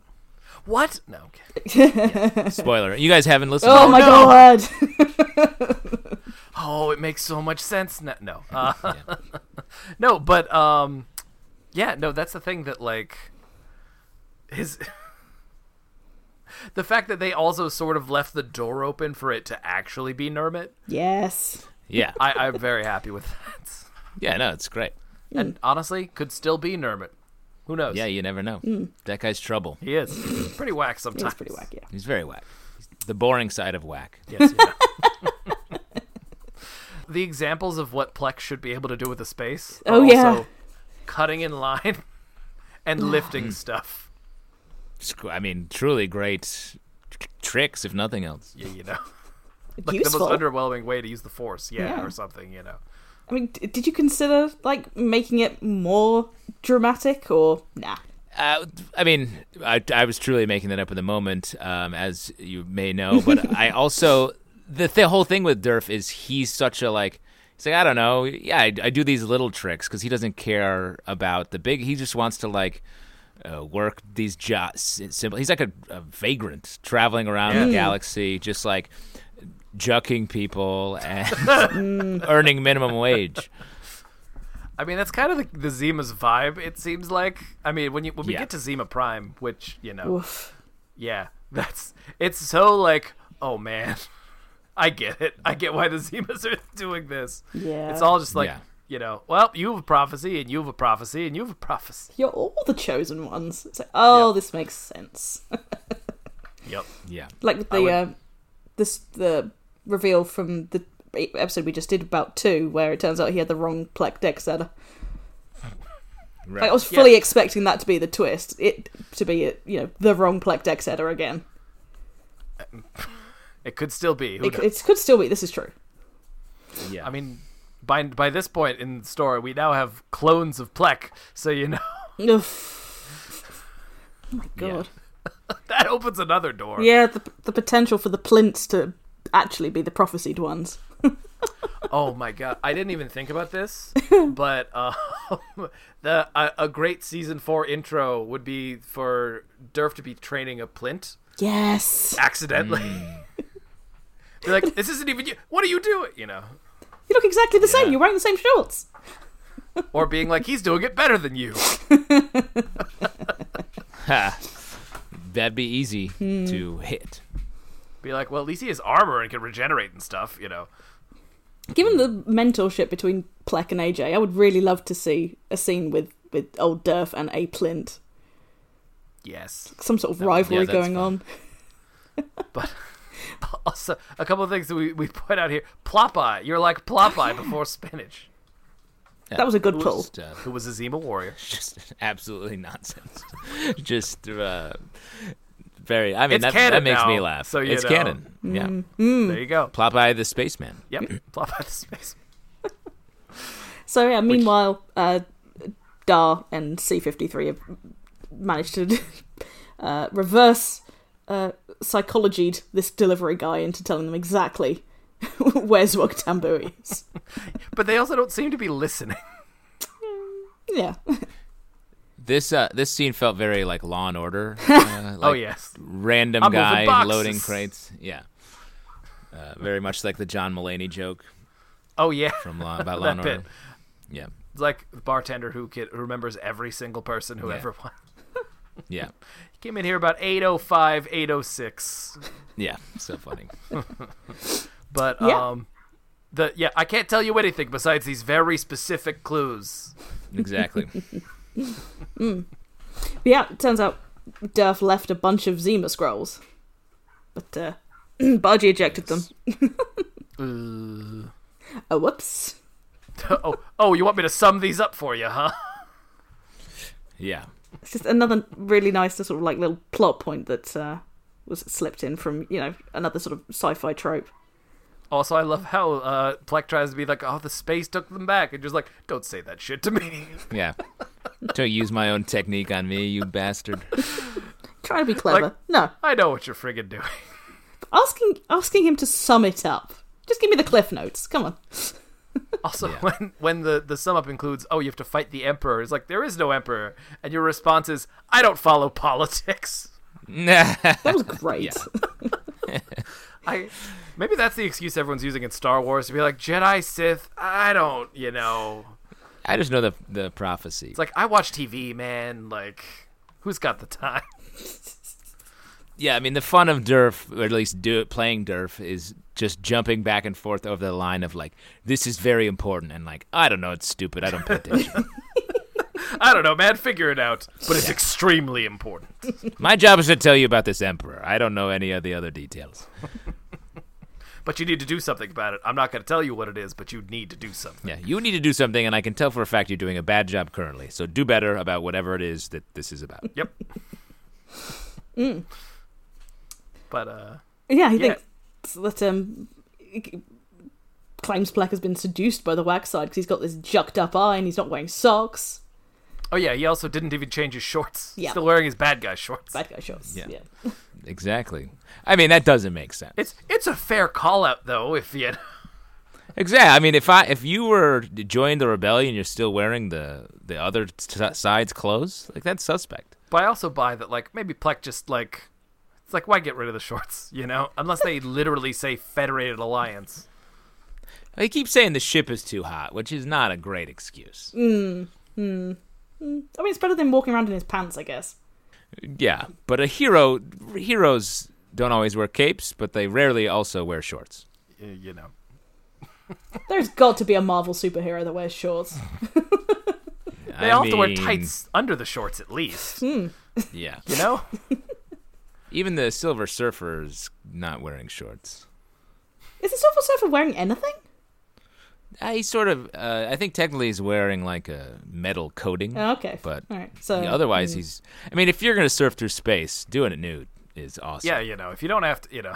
what? No, okay. Spoiler: You guys haven't listened. Oh, my god! oh it makes so much sense no no, uh, no but um yeah no that's the thing that like his the fact that they also sort of left the door open for it to actually be nermit yes. Yeah, I, i'm very happy with that yeah, no, it's great. and honestly could still be nermit who knows Yeah, you never know. That guy's trouble. he is pretty whack sometimes That's pretty wacky. Yeah. He's very whack. He's the boring side of whack. Yes, yeah. the examples of what Plex should be able to do with a space. Are Oh, yeah. Also cutting in line and lifting stuff. It's gr- I mean, truly great t- tricks, if nothing else. Yeah, you know, It's like Useful. the most underwhelming way to use the force. Yeah, Yeah. or something. You know. I mean, d- did you consider, like, making it more dramatic or nah? Uh, I mean, I, I was truly making that up at the moment, um, as you may know. But I also the, th- whole thing with Durf is he's such a like. He's like, I don't know. Yeah, I, I do these little tricks because he doesn't care about the big. He just wants to like uh, work these jobs. Simple. He's like a, a vagrant traveling around the galaxy, just like jucking people and earning minimum wage. I mean, that's kind of the, the Zima's vibe. It seems like. I mean, when you when we Yeah. get to Zima Prime, which you know, Oof. yeah, that's it's so like, oh man, I get it. I get why the Zimas are doing this. Yeah. It's all just like, Yeah. you know, well, you have a prophecy, and you have a prophecy, and you have a prophecy. You're all the chosen ones. It's like, oh, Yeah. this makes sense. Yep. Yeah. like with I the would- uh, this the reveal from the episode we just did about two, where it turns out he had the wrong plec deck setter. Right. Like, oh, I was Yeah. fully expecting that to be the twist. It to be you know the wrong plec deck setter again. It could still be. Who It, knows? it could still be. This is true. yeah. I mean, by by this point in the story, we now have clones of Plek, so you know Oof. Oh my god. that opens another door. Yeah, the the potential for the plints to actually be the prophesied ones. Oh my god, I didn't even think about this, but uh, the a, a great season four intro would be for Durf to be training a plint Yes. accidentally. They're like, this isn't even you. What are you doing? You know, You look exactly the same. You're wearing the same shorts. or being like, he's doing it better than you. Ha. That'd be easy to hit. Be like, well, at least he has armor and can regenerate and stuff. You know, Given the mentorship between Plek and AJ, I would really love to see a scene with, with old Durf and A Plint. yes. Some sort of rivalry that's going fun. on. But also, a couple of things that we, we point out here: Plopeye, you're like Plopeye before spinach, That was a good pull. Just, uh, who was a Zima warrior. just absolutely nonsense. just uh, very. I mean, It's that, canon that makes me now, laugh. so you it's know. canon. Yeah. There you go. Popeye the spaceman. Yep, Plopeye the space. So yeah. Meanwhile, uh, Dar and C fifty three have managed to uh, reverse uh, psychologied this delivery guy into telling them exactly where Zwog Tambu is. But they also don't seem to be listening. yeah. This uh, this scene felt very like Law and Order. Uh, oh like yes. random I'm moving guy boxes. loading crates. Yeah, uh, very much like the John Mulaney joke Oh yeah. from Law about Law and bit. Order. Yeah, It's like the bartender who can, who remembers every single person who Yeah. ever won. yeah, Came in here about 805, 806. yeah. So funny. But Yeah. um the yeah, I can't tell you anything besides these very specific clues. Exactly. But yeah. It turns out Durf left a bunch of Zima scrolls, but uh, Bargy ejected them. oh whoops. oh, oh, you want me to sum these up for you, huh? Yeah. It's just another really nice sort of like little plot point that uh, was slipped in from you know another sort of sci-fi trope. Also, I love how uh, Plek tries to be like, "Oh, the space took them back," and just like, "Don't say that shit to me." Yeah. Don't use my own technique on me, you bastard. Trying to be clever. Like- no, I know what you're friggin' doing. asking asking him to sum it up. Just give me the cliff notes. Come on. Also, Yeah. when when the the sum up includes, "Oh, you have to fight the emperor," it's like there is no emperor, and your response is, "I don't follow politics." Nah. That was great. I maybe that's the excuse everyone's using in Star Wars to be like Jedi, Sith. I don't, you know. I just know the the prophecy. It's like I watch TV, man. Like, who's got the time? Yeah, I mean the fun of Durf, or at least do playing Durf, is just jumping back and forth over the line of like, this is very important, and like, I don't know, it's stupid, I don't pay attention. I don't know, man. Figure it out. But it's extremely important. My job is to tell you about this emperor. I don't know any of the other details. But you need to do something about it. I'm not going to tell you what it is, but you need to do something. Yeah, you need to do something, and I can tell for a fact you're doing a bad job currently. So do better about whatever it is that this is about. Yep. But uh, yeah, he Yeah. thinks that um claims Plek has been seduced by the wax side because he's got this jucked up eye and he's not wearing socks. oh yeah, he also didn't even change his shorts. Yeah. Still wearing his bad guy shorts. Bad guy shorts. Yeah. Yeah. Exactly. I mean, that doesn't make sense. It's it's a fair call out though. If you Exactly. I mean, if I if you were to join the rebellion, you're still wearing the the other s side's clothes. Like that's suspect. But I also buy that, like, maybe Plek just, like, it's like, why get rid of the shorts, you know? Unless they literally say Federated Alliance. They keep saying the ship is too hot, which is not a great excuse. Mm. I mean, it's better than walking around in his pants, I guess. Yeah, but a hero heroes don't always wear capes, but they rarely also wear shorts. y- You know. There's got to be a Marvel superhero that wears shorts. They all have to wear tights under the shorts, at least, you Yeah, know? even the Silver Surfer's not wearing shorts. Is the Silver Surfer wearing anything? Uh, he's sort of. Uh, I think technically he's wearing like a metal coating, Oh, okay. but all right. So Mm. mm, otherwise he's. I mean, if you're gonna surf through space, doing it nude is awesome. Yeah, you know. If you don't have to, you know.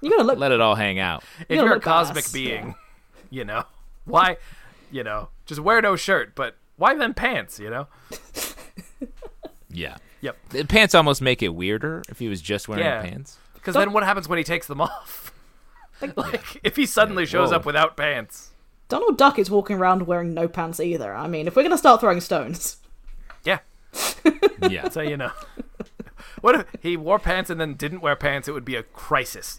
you gotta look. let it all hang out. If You'll you're a look cosmic badass, being, you know, why, you know, just wear no shirt, but why then pants, you know? Yeah. Yep. The pants almost make it weirder if he was just wearing Yeah. pants. Because then what happens when he takes them off? Like, if he suddenly shows Whoa. up without pants. Donald Duck is walking around wearing no pants either. I mean, if we're gonna start throwing stones, Yeah, Yeah. so you know. What if he wore pants and then didn't wear pants? It would be a crisis.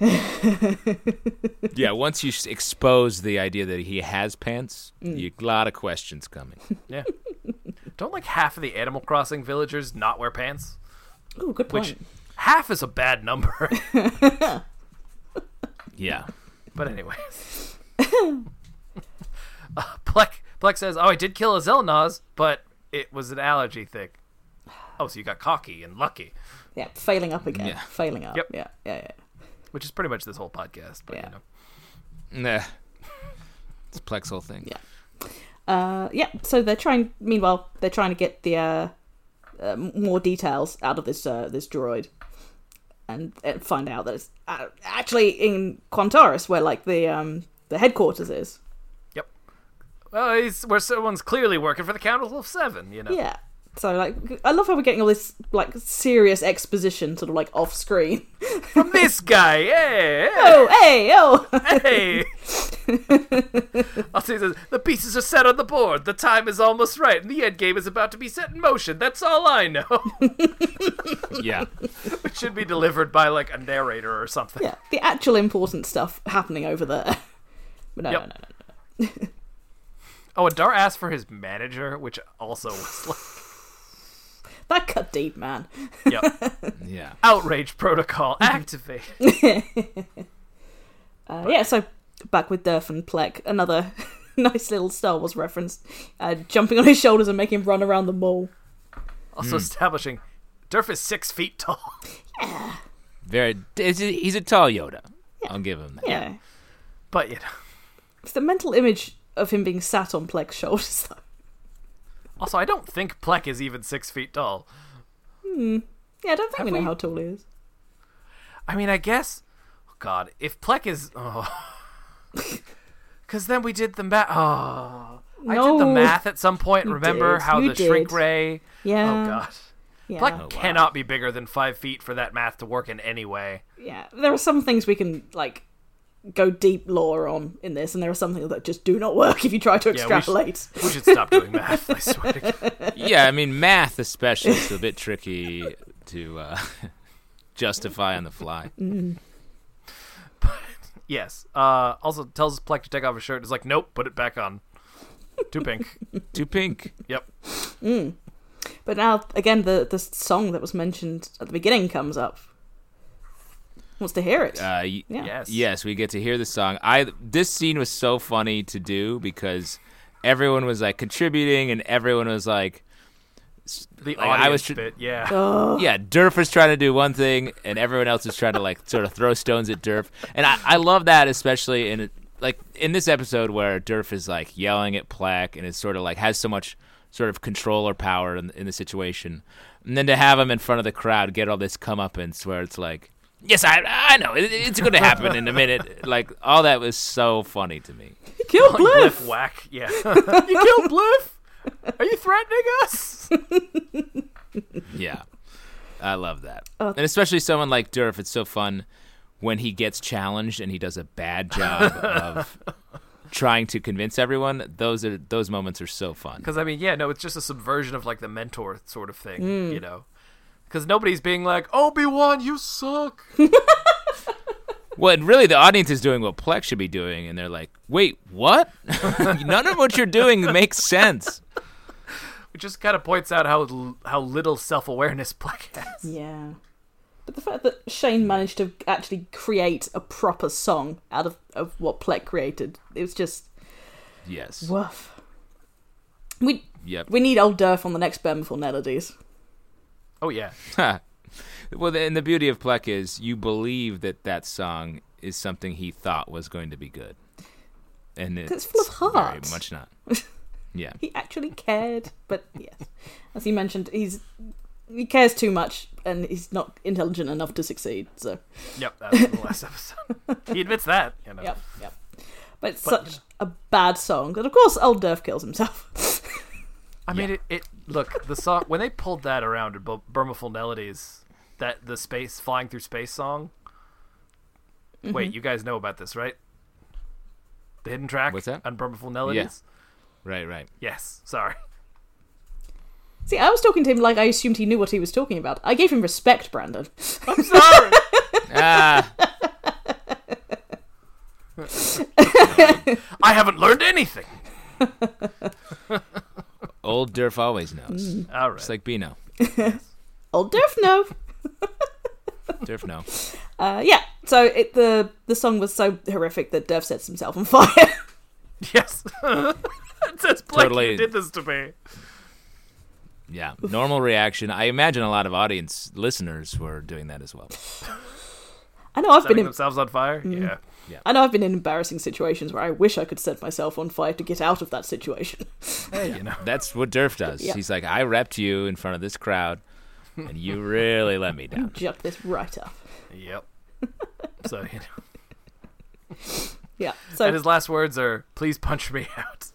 yeah. Once you s- expose the idea that he has pants, you a lot of questions coming. Yeah. Don't like half of the Animal Crossing villagers not wear pants? oh, good point. Which half is a bad number. Yeah. but anyways. uh, Plek Plek says, "Oh, I did kill a Zelnaz, but it was an allergy thing." Oh, so you got cocky and lucky, Yeah, failing up again. Yeah. Failing up. Yep. Yeah, yeah, yeah. which is pretty much this whole podcast. But Yeah. you know, Nah. It's Plex whole thing. Yeah. Uh, yeah. So they're trying. Meanwhile, they're trying to get the uh, uh, more details out of this uh, this droid, and uh, find out that it's uh, actually in Quantaris, where like the um, the headquarters is. yep. well, he's where someone's clearly working for the Council of Seven, you know. Yeah. So like, I love how we're getting all this like serious exposition, sort of like off screen. From this guy, yeah. oh, hey, oh. Hey! I'll say this. The pieces are set on the board. The time is almost right, and the end game is about to be set in motion. That's all I know. Yeah. it should be delivered by, like, a narrator or something. yeah, the actual important stuff happening over there. But no, Yep. no, no, no. Oh, and Dar asked for his manager, which also was That cut deep, man. like, yep. Yeah. Outrage protocol activate. Uh, yeah, so back with Durf and Plek, another nice little Star Wars reference, uh, jumping on his shoulders and making him run around the mall. Also establishing Durf is six feet tall. Very. He's a he's a tall Yoda. I'll give him that. Yeah. But, you know. It's the mental image of him being sat on Plek's shoulders. though. Also, I don't think Plek is even six feet tall. yeah, I don't think we know we- how tall he is. I mean, I guess. Oh God, if Plek is. Oh. Because then we did the math. Oh. I did the No. math at some point. Remember did. how You the shrink did. ray. Yeah. oh, God. Yeah. Oh, Plek wow. cannot be bigger than five feet for that math to work in any way. yeah. There are some things we can, like, go deep lore on in this, and there are some things that just do not work if you try to we should- extrapolate. We should stop doing math, I swear to God. Yeah, I mean math especially is a bit tricky to uh, justify on the fly. Yes. Uh, also tells Plek to take off his shirt. It's like, nope, put it back on. Too pink. Too pink. yep. Mm. But now, again, the, the song that was mentioned at the beginning comes up. Wants to hear it. Uh, y- yeah. Yes. Yes, we get to hear the song. I this scene was so funny to do because everyone was like contributing and everyone was like, The Like, I audience was tr- bit, yeah. Oh, yeah, Durf is trying to do one thing and everyone else is trying to like sort of throw stones at Durf. And I, I love that especially in like in this episode where Durf is like yelling at Plaque and is sort of like has so much sort of control or power in, in the situation. And then to have him in front of the crowd get all this comeuppance where it's like, yes, I I know it, it's going to happen in a minute. Like all that was so funny to me. Kill Bliff! Bliff whack, yeah. you killed Bliff? Are you threatening us? Yeah. I love that. Oh. and especially someone like Durf, it's so fun when he gets challenged and he does a bad job of trying to convince everyone. Those are those moments are so fun. Because I mean, yeah, no, it's just a subversion of like the mentor sort of thing, you know. Because nobody's being like Obi Wan, you suck. Well, and really the audience is doing what Plex should be doing and they're like, "Wait, what? None of what you're doing makes sense." It just kind of points out how l- how little self awareness Black has. Yeah. But the fact that Shane managed to actually create a proper song out of, of what Plek created, it was just Yes. woof. We Yep. we need old Durf on the next Burnful Melodies. Oh yeah, Huh. well, the- and the beauty of Plex is you believe that that song is something he thought was going to be good. And it's, it's full of heart. Very much not. Yeah. He actually cared, but yes. As he mentioned, he's he cares too much and he's not intelligent enough to succeed, so yep. That was in the last episode. he admits that. You know. yep, yep. But it's such a bad song. And of course old Durf kills himself. I mean, it, it. Look, the song when they pulled that around at Bu- Burma Full Melodies, that the space flying through space song. Wait, you guys know about this, right? The hidden track What's that? on Burma Full Melodies. Right, right. Yes, sorry. See, I was talking to him like I assumed he knew what he was talking about. I gave him respect, Brandon. I'm sorry. Ah, I haven't learned anything. old Durf always knows. All right. It's like Bino. Old Durf, no. Durf no. Uh, yeah, so it, the the song was so horrific that Durf sets himself on fire. Yes. it says, Blake, Totally. you did this to me. Yeah. Normal reaction. I imagine a lot of audience listeners were doing that as well. I know I've been Setting in, themselves on fire? Yeah. I know I've been in embarrassing situations where I wish I could set myself on fire to get out of that situation. Hey, you know. That's what Durf does. Yeah. He's like, I repped you in front of this crowd, and you really let me down. Jump this right up. Yep. So, you know. Yeah. And So his last words are, please punch me out.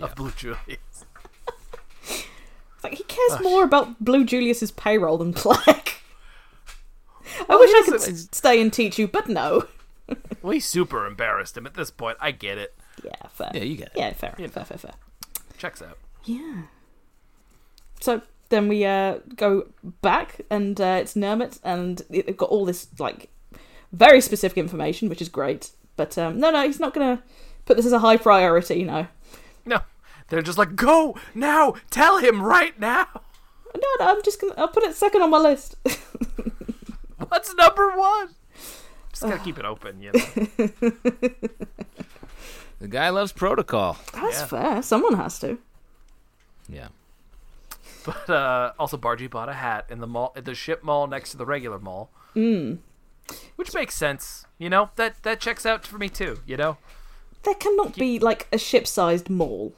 of Blue Julius. It's like he cares more about Blue Julius's payroll than Plaque. I wish I yes, could it- s- stay and teach you, but no. We super embarrassed him at this point. I get it. Yeah, fair. Yeah, you get it. Yeah, fair, fair, fair, fair. Checks out. Yeah. So then we uh, go back, and uh, it's Nermit, and it- they've got all this like very specific information, which is great. But um, no, no, he's not gonna put this as a high priority. You know, No, they're just like, go now, tell him right now. no, no, I'm just gonna. I'll put it second on my list. What's number one? Just gotta keep it open, you know. The guy loves protocol. That's Yeah. fair. Someone has to. Yeah. But uh, also, Bargy bought a hat in the mall, at the ship mall next to the regular mall, mm. which makes sense. You know that that checks out for me too. You know There cannot be like a ship-sized mall.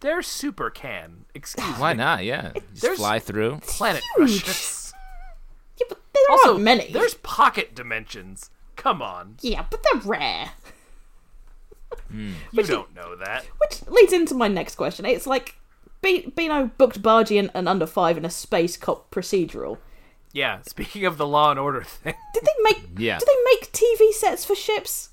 they're super can. Excuse Why not? Yeah. Just There's- fly through. planet crushes. Yeah, but there Also, aren't many. There's pocket dimensions. Come on, Yeah, but they're rare. you don't know that. Which leads into my next question. It's like Be- Beano booked Bargy and, and Under Five in a space cop procedural. Yeah. Speaking of the Law and Order thing, Did they make? Yeah. Do they make TV sets for ships?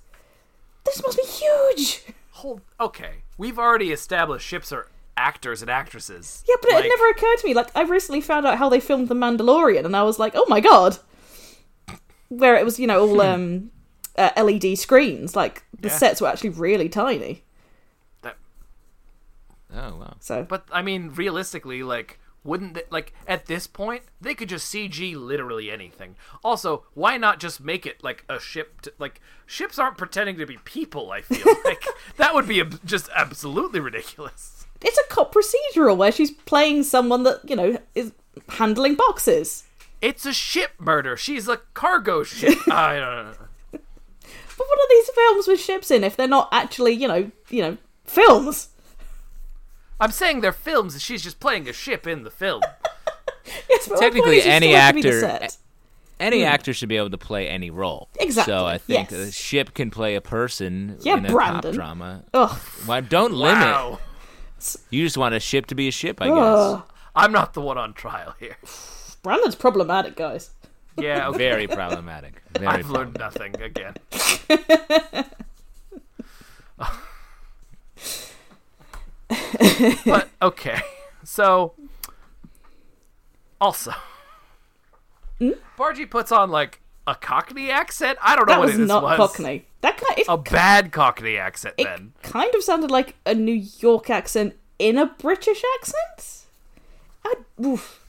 This must be huge. hold. Okay, we've already established ships are actors and actresses. Yeah, but it Like, had never occurred to me. Like I recently found out how they filmed The Mandalorian, and I was like, oh my god. Where it was, you know, all um, uh, LED screens. Like the Hmm. Yeah. sets were actually really tiny. that- Oh wow. So But I mean, realistically, like, wouldn't they, like at this point they could just CG literally anything? Also, why not just make it like a ship? To, like ships aren't pretending to be people. I feel like that would be ab- just absolutely ridiculous. it's a cop procedural where she's playing someone that you know is handling boxes. It's a ship murder. She's a cargo ship. I don't know. But what are these films with ships in if they're not actually, you know, you know, films? I'm saying they're films, and she's just playing a ship in the film. Yes, but my point Technically, is you any still have to be the actor- eh, set. Any actor should be able to play any role. Exactly, So I think yes. a ship can play a person Yeah, in a Brandon. cop drama. Ugh. Why don't limit? Wow. You just want a ship to be a ship, I Ugh. I'm not the one on trial here. Brandon's problematic, guys. Yeah, guess. okay. Very problematic. Very I've learned problematic. nothing again. but okay, so also, Hmm? Bargy puts on like a Cockney accent. I don't know That what was it is not was. Cockney. That kind it, A bad Cockney accent. it then kind of sounded like a New York accent in a British accent. I, oof.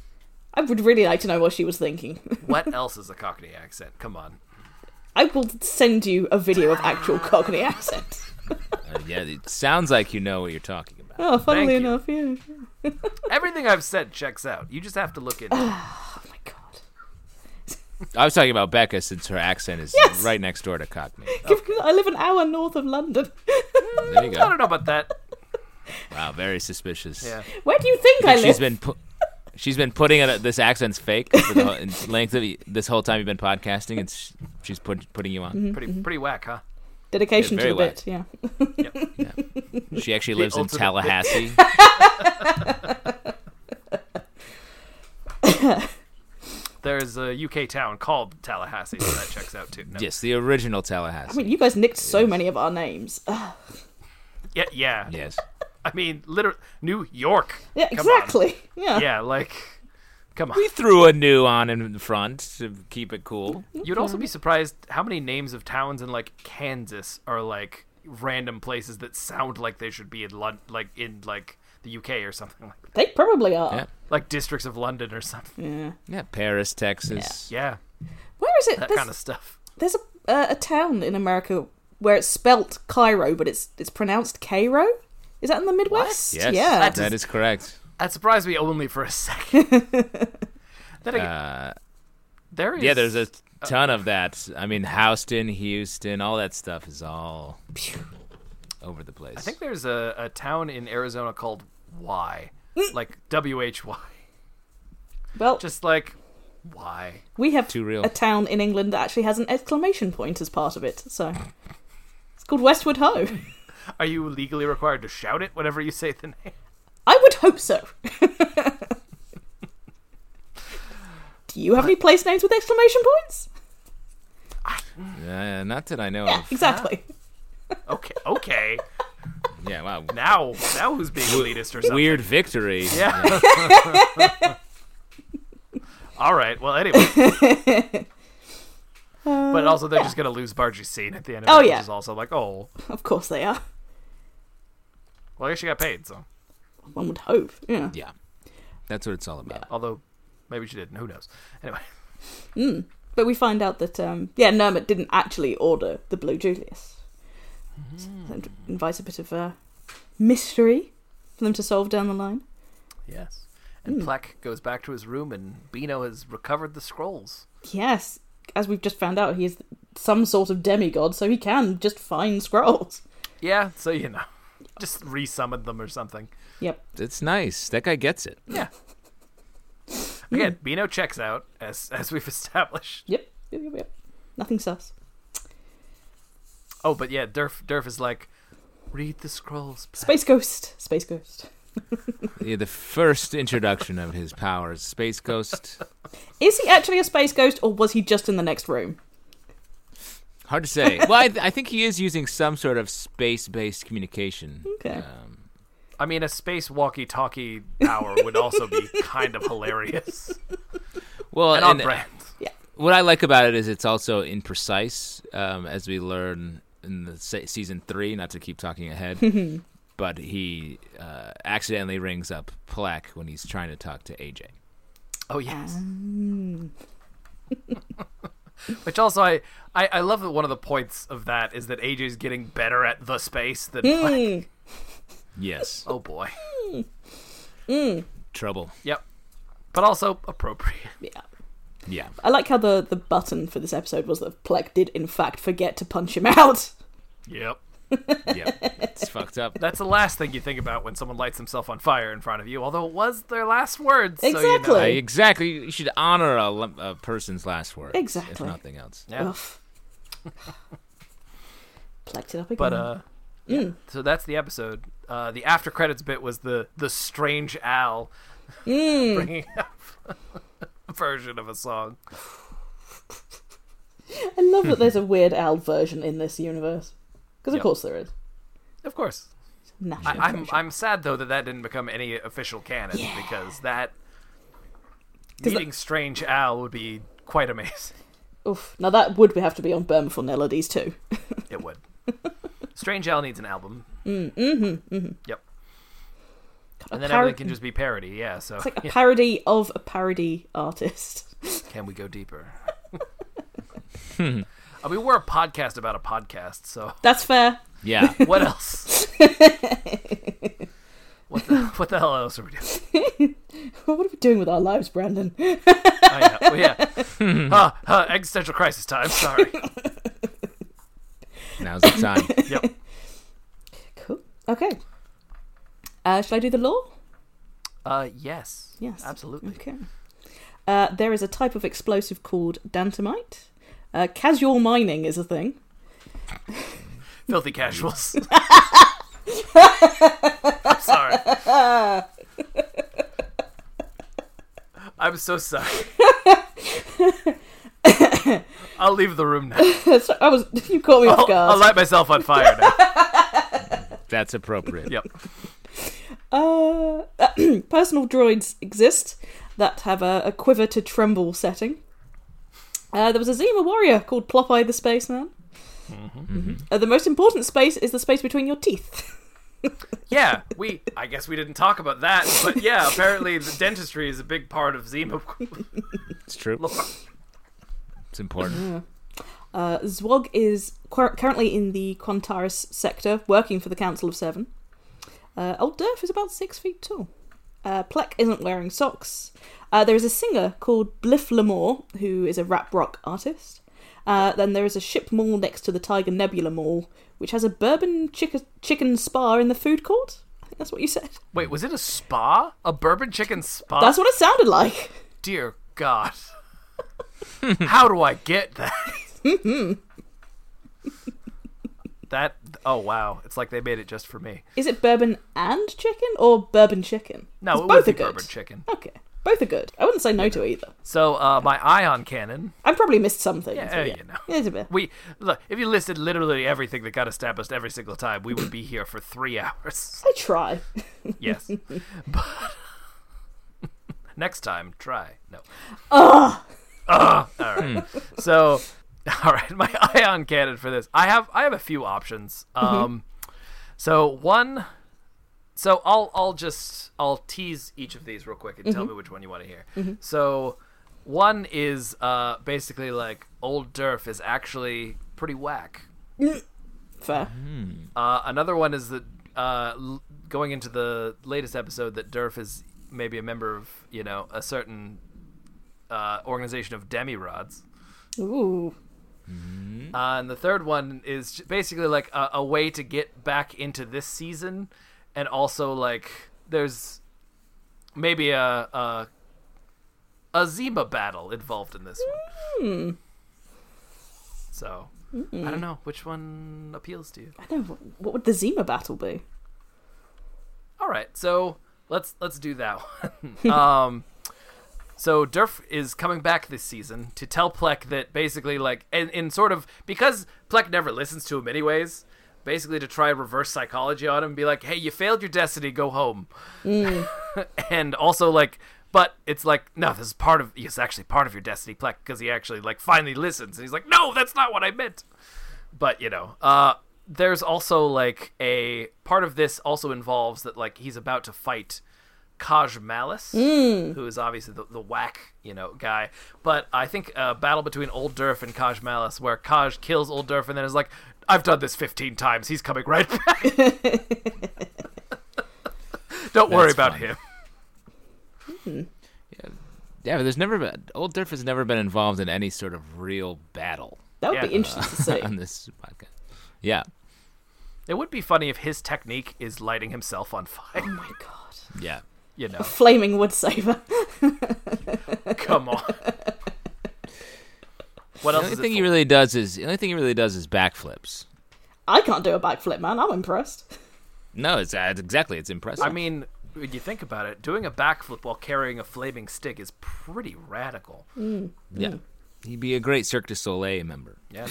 I would really like to know what she was thinking. what else is a Cockney accent? Come on. I will send you a video of actual Cockney accent. Uh, yeah, it sounds like you know what you're talking about. Oh, funnily Thank you. enough, yeah. Oh Everything I've said checks out. You just have to look into. it. Oh my god. I was talking about Becca since her accent is Yes. right next door to Cockney. I live an hour north of London. There you I go. don't know about that. Wow, very suspicious. Yeah. Where do you think I But live? she's been pu- she's been putting it. This accent's fake for the whole- length of this whole time you've been podcasting, and sh- she's put, putting you Mm-hmm. on. Pretty pretty whack, huh? Dedication Yeah, to very the wet. bit, yeah. Mm-hmm. She actually lives in ultimate- Tallahassee. There's a UK town called Tallahassee, so that checks out too. No. yes, the original I Tallahassee. mean, you guys nicked so many of our names. Ugh. Yeah, yeah. yes. I mean, literally, New York. Yeah, Come on. exactly. Yeah. Yeah, like, come on. We threw a new on in front to keep it cool. You'd also be surprised how many names of towns in like Kansas are like random places that sound like they should be in Lon- like in like the UK or something like that. They probably are. Yeah. like districts of London or something. Mm. Yeah. Yeah, Paris, Texas. Yeah, Where is it? that There's, kind of stuff. there's a, uh, a town in America where it's spelt Cairo, but it's it's pronounced Cairo. Is that in the Midwest? Yes, Yeah. That's- that is correct. That surprised me only for a second. then again, Uh, there is yeah, there's a ton of that. I mean, Houston, Houston, all that stuff is all over the place. I think there's a, a town in Arizona called Y, Mm. like W H Y. well, Just like why? we have Too real. a town in England that actually has an exclamation point as part of it. So it's called Westward Ho. Are you legally required to shout it whenever you say the name? I would hope so. Do you have any place names with exclamation points? Uh, not that I know Yeah, of. exactly. Okay, okay. Yeah, wow. Now, now who's being elitist or something? Weird victory. Yeah. All right. Well, anyway. but also, they're just gonna lose Bargie's scene at the end. of Oh, it, yeah. Which is also like, oh, Of course they are. well, I guess she got paid. So, One would hope. Yeah. Yeah. That's what it's all about. although maybe she didn't. Who knows? Anyway. Hmm. But we find out that um, yeah, Nermot didn't actually order the Blue Julius. So Hmm. that invites a bit of uh, mystery for them to solve down the line. Yes. Hmm. And Plek goes back to his room, and Bino has recovered the scrolls. Yes, as we've just found out, he is some sort of demigod, so he can just find scrolls. Yeah. So you know, just resummoned them or something. Yep. It's nice. That guy gets it. Yeah. Hmm. Again, Bino checks out as as we've established. Yep. Hmm. Yep. Yep. yep. Nothing sus. Oh, but yeah, Durf Durf is like, read the scrolls. Plek." Space Ghost. Space Ghost. Yeah, the first introduction of his powers, Space Ghost. Is he actually a space ghost, or was he just in the next room? Hard to say. Well, I, th- I think he is using some sort of space-based communication. Okay. Um, I mean, a space walkie-talkie power would also be kind of hilarious well, and uh, on and, uh, brand. what I like about it is it's also imprecise, um, as we learn in the se- season three. Not to keep talking ahead, but he uh, accidentally rings up Plaque when he's trying to talk to AJ. Oh yes. Um, Which also, I, I I love that one of the points of that is that AJ's getting better at the space than. Mm. Yes, Oh boy. hmm. trouble. Yep. But also appropriate. Yeah. Yeah, I like how the, the button for this episode was that Plek did in fact forget to punch him out. Yep. yeah, it's fucked up. That's the last thing you think about when someone lights himself on fire in front of you. Although it was their last words. so you know. Exactly. I, exactly. You should honor a, lem- a person's last word. If Exactly. nothing else. Yeah. Oof. Pleked it up again. But uh, yeah. Mm. so that's the episode. Uh, the after credits bit was the the strange Al Mm. bringing up a version of a song. I love that there's a Weird Al version in this universe. Because of Yep. course there is. Of course, National I, I'm version. I'm sad though that that didn't become any official canon Yeah. because that 'Cause meeting strange Al would be quite amazing. Oof. Now that would have to be on Burma for Nelodies too. It would. strange Al needs an album. Mm, mm-hmm, mm-hmm. Yep. And then par- everything can just be parody. Yeah. So It's like a parody of a parody artist. Can we go deeper? I mean, we're a podcast about a podcast, so That's fair. Yeah. what else? what the what the hell else are we doing? what are we doing with our lives, Brandon? Oh yeah, oh, yeah. Huh, huh, existential crisis time. Sorry. Now's the time. Yep. Cool. Okay. Uh, shall I do the law? Uh, yes. Yes. Absolutely. Okay. Uh, there is a type of explosive called dantamite. Uh, casual mining is a thing. Filthy casuals. I'm sorry. I'm so sorry. I'll leave the room now. So I was you caught me off I'll, I'll guard. light myself on fire now. That's appropriate. Yep. Uh, personal droids exist that have a, a quiver to tremble setting. Uh, there was a Zima warrior called Plopeye the Spaceman. Mm-hmm. Uh, the most important space is the space between your teeth. Yeah, we. I guess we didn't talk about that, but yeah, apparently the dentistry is a big part of Zima. It's true. It's important. Uh, Zwog is qu- currently in the Quantaris sector, working for the Council of Seven. Uh, old Durf is about six feet tall. Uh, Plek isn't wearing socks. Uh, there is a singer called Bliff Lamore, who is a rap rock artist. Uh, then there is a ship mall next to the Tiger Nebula Mall, which has a bourbon chick- chicken spa in the food court. I think that's what you said. Wait, was it a spa? A bourbon chicken spa? That's what it sounded like. Dear God. How do I get that? that Oh wow, it's like they made it just for me. Is it bourbon and chicken or bourbon chicken? No, 'Cause it both would be are good. bourbon chicken. Okay, both are good. I wouldn't say no to either. So uh, my ion cannon. I've probably missed something. Yeah, uh, so you know. There's a bit. We look if you listed literally everything that got established every single time, we would be here for three hours. I try. Yes, but next time try no. Ugh. So, all right, my ion cannon for this. I have I have a few options. Um, so one, so I'll I'll just I'll tease each of these real quick and tell me which one you want to hear. So, one is uh basically like old Durf is actually pretty whack. Fair. Uh, another one is that uh, l- going into the latest episode that Durf is maybe a member of you know a certain uh, organization of demirods. Ooh. Uh, and the third one is j- basically like a, a way to get back into this season, and also like there's maybe a a, a Zima battle involved in this one. Hmm. So I don't know which one appeals to you. I don't. know, What would the Zima battle be? All right, so let's let's do that one. um, so Durf is coming back this season to tell Plek that basically, like, and in sort of because Plek never listens to him anyways. Basically, to try reverse psychology on him and be like, "Hey, you failed your destiny. Go home." and also like, but it's like, no, this is part of. It's actually part of your destiny, Plek, because he actually like finally listens, and he's like, "No, that's not what I meant." but you know uh there's also like a part of this also involves that like he's about to fight Kaj Malice, who is obviously the, the whack, you know, guy. But I think a battle between Old Durf and Kaj Malice, where Kaj kills Old Durf and then is like, I've done this 15 times. He's coming right back. Don't worry That's about fun. him. Yeah, but there's never been old Durf has never been involved in any sort of real battle That would Yeah. be interesting to see. Oh on this podcast. Yeah, It would be funny if his technique is lighting himself on oh fire. my god. yeah. You know, Flaming wood saver. come on. The What else only is it thing he for? really does is the only thing he really does is backflips. I can't do a backflip, man. I'm impressed. No, it's, uh, it's exactly it's impressive. I mean, when you think about it, doing a backflip while carrying a flaming stick is pretty radical. yeah, he'd be a great Cirque du Soleil member. Yeah.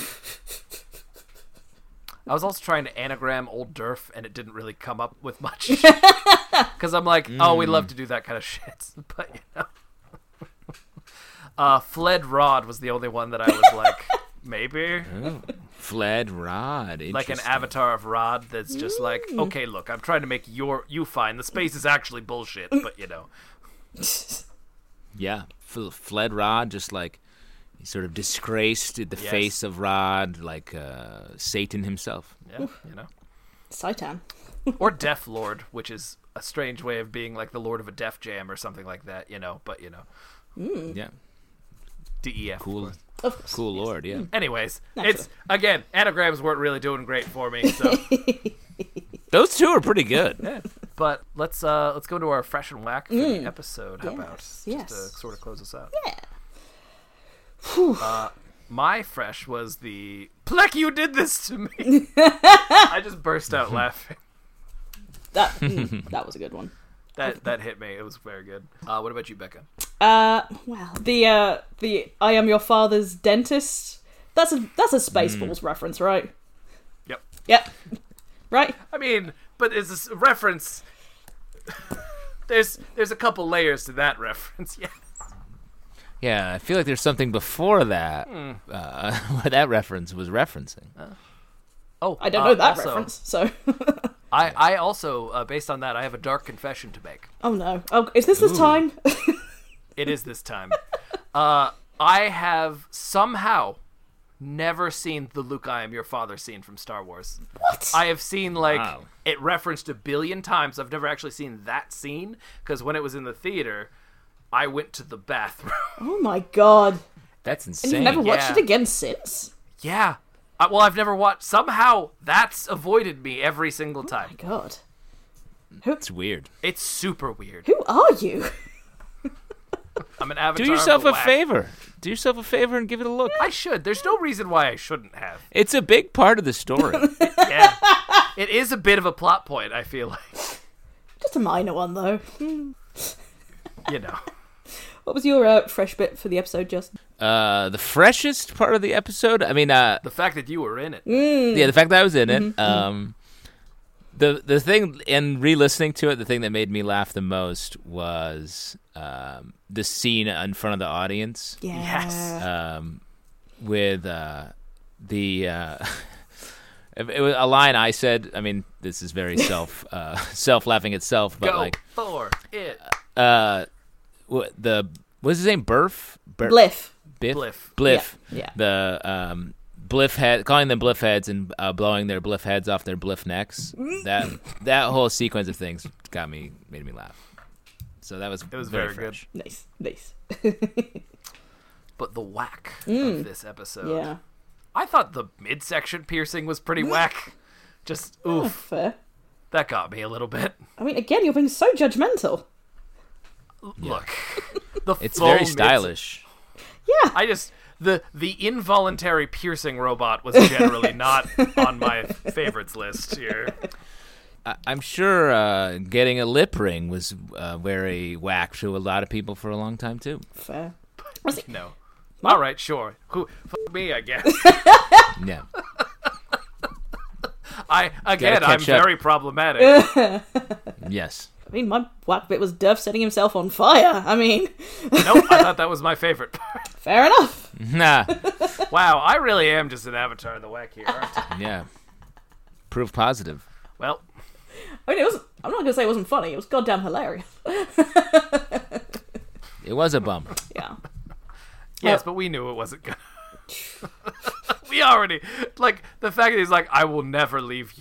I was also trying to anagram old Durf, and it didn't really come up with much. Because I'm like, oh, we love to do that kind of shit. But, you know. Uh, Fled Rod was the only one that I was like, maybe. Fled Rod, Like an interesting. Mm. avatar of Rod that's just like, okay, look, I'm trying to make your you fine. The space is actually bullshit, Mm. but, you know. Yeah, F- fled Rod, just like he sort of disgraced the Yes. face of Rod, like uh, Satan himself. Yeah, you know. Saitan. or Deaf Lord, which is a strange way of being like the Lord of a Def Jam or something like that, you know. But you know, Mm. Yeah, DEF. cool, Of course. cool Lord. Yeah, Mm. Anyways, Naturally. it's again anagrams weren't really doing great for me. So, those two are pretty good. but let's uh let's go to our fresh and whack for the episode. How about Mm. Yes, just yes. to sort of close us out? Yeah. my fresh was the Plek. You did this to me. I just burst out laughing. That mm, that was a good one. That that hit me. It was very good. Uh, what about you, Becca? Uh, well, the uh, the I am your father's dentist. That's a that's a Spaceballs reference, right? Hmm. Yep. Yep. Right. I mean, but is this a reference? There's there's a couple layers to that reference. Yeah. Yeah, I feel like there's something before that Mm. uh, where that reference was referencing. Oh, I don't uh, know that also, reference. So. I I also uh, based on that I have a dark confession to make. oh no. Oh, is this the time? It is this time. uh, I have somehow never seen the Luke I am your father scene from Star Wars. what? I have seen like Wow. it referenced a billion times. I've never actually seen that scene because when it was in the theater, I went to the bathroom. oh my god. That's And you've insane. never watched yeah. it again since. Yeah. I, well, I've never watched. Somehow that's avoided me every single Oh My time. god. it's weird. It's super weird. Who are you? I'm an avatar. Do of yourself the a whack. favor. Do yourself a favor and give it a look. I should. There's no reason why I shouldn't have. It's a big part of the story. Yeah. It is a bit of a plot point, I feel like. Just a minor one though. You know. What was your uh, fresh bit for the episode, Justin? Uh, the freshest part of the episode. I mean, uh, The fact that you were in it. yeah, the fact that I was in it. Um, the the thing in re-listening to it, the thing that made me laugh the most was um, the scene in front of the audience Yeah. Yes. Uh, um, with uh, the. Uh, It it was a line I said. I mean, this is very self, uh, self laughing itself. But Go like, for it. uh, wh- the what's his name? Burf, Bur- Bliff. Biff? Bliff. Bliff. Yeah, The um, bliff head, calling them bliff heads and uh, blowing their bliff heads off their bliff necks. That that whole sequence of things got me, made me laugh. So that was it was very good. fresh. Nice. Nice. But the whack of this episode. Yeah. I thought the midsection piercing was pretty whack. Just oof. Oh, Fair. That got me a little bit. I mean, again, you're being so judgmental. Look. The It's full very mids- stylish. I just the the involuntary piercing robot was generally not on my favorites list here. I- I'm sure uh, getting a lip ring was uh, very whack to a lot of people for a long time too. Fair. No. All right, sure. Who f- me? I guess. Yeah, I again. I'm catch up. very problematic. yes. I mean, my whack bit was Duff setting himself on fire. I mean, nope. I thought that was my favorite. part. fair enough. Nah. wow. I really am just an avatar of the whack here. Aren't I? Yeah. Proof positive. Well, I mean, it was. I'm not gonna say it wasn't funny. It was goddamn hilarious. It was a bummer. Yeah. yes, but we knew it wasn't gonna. we already like the fact that he's like, I will never leave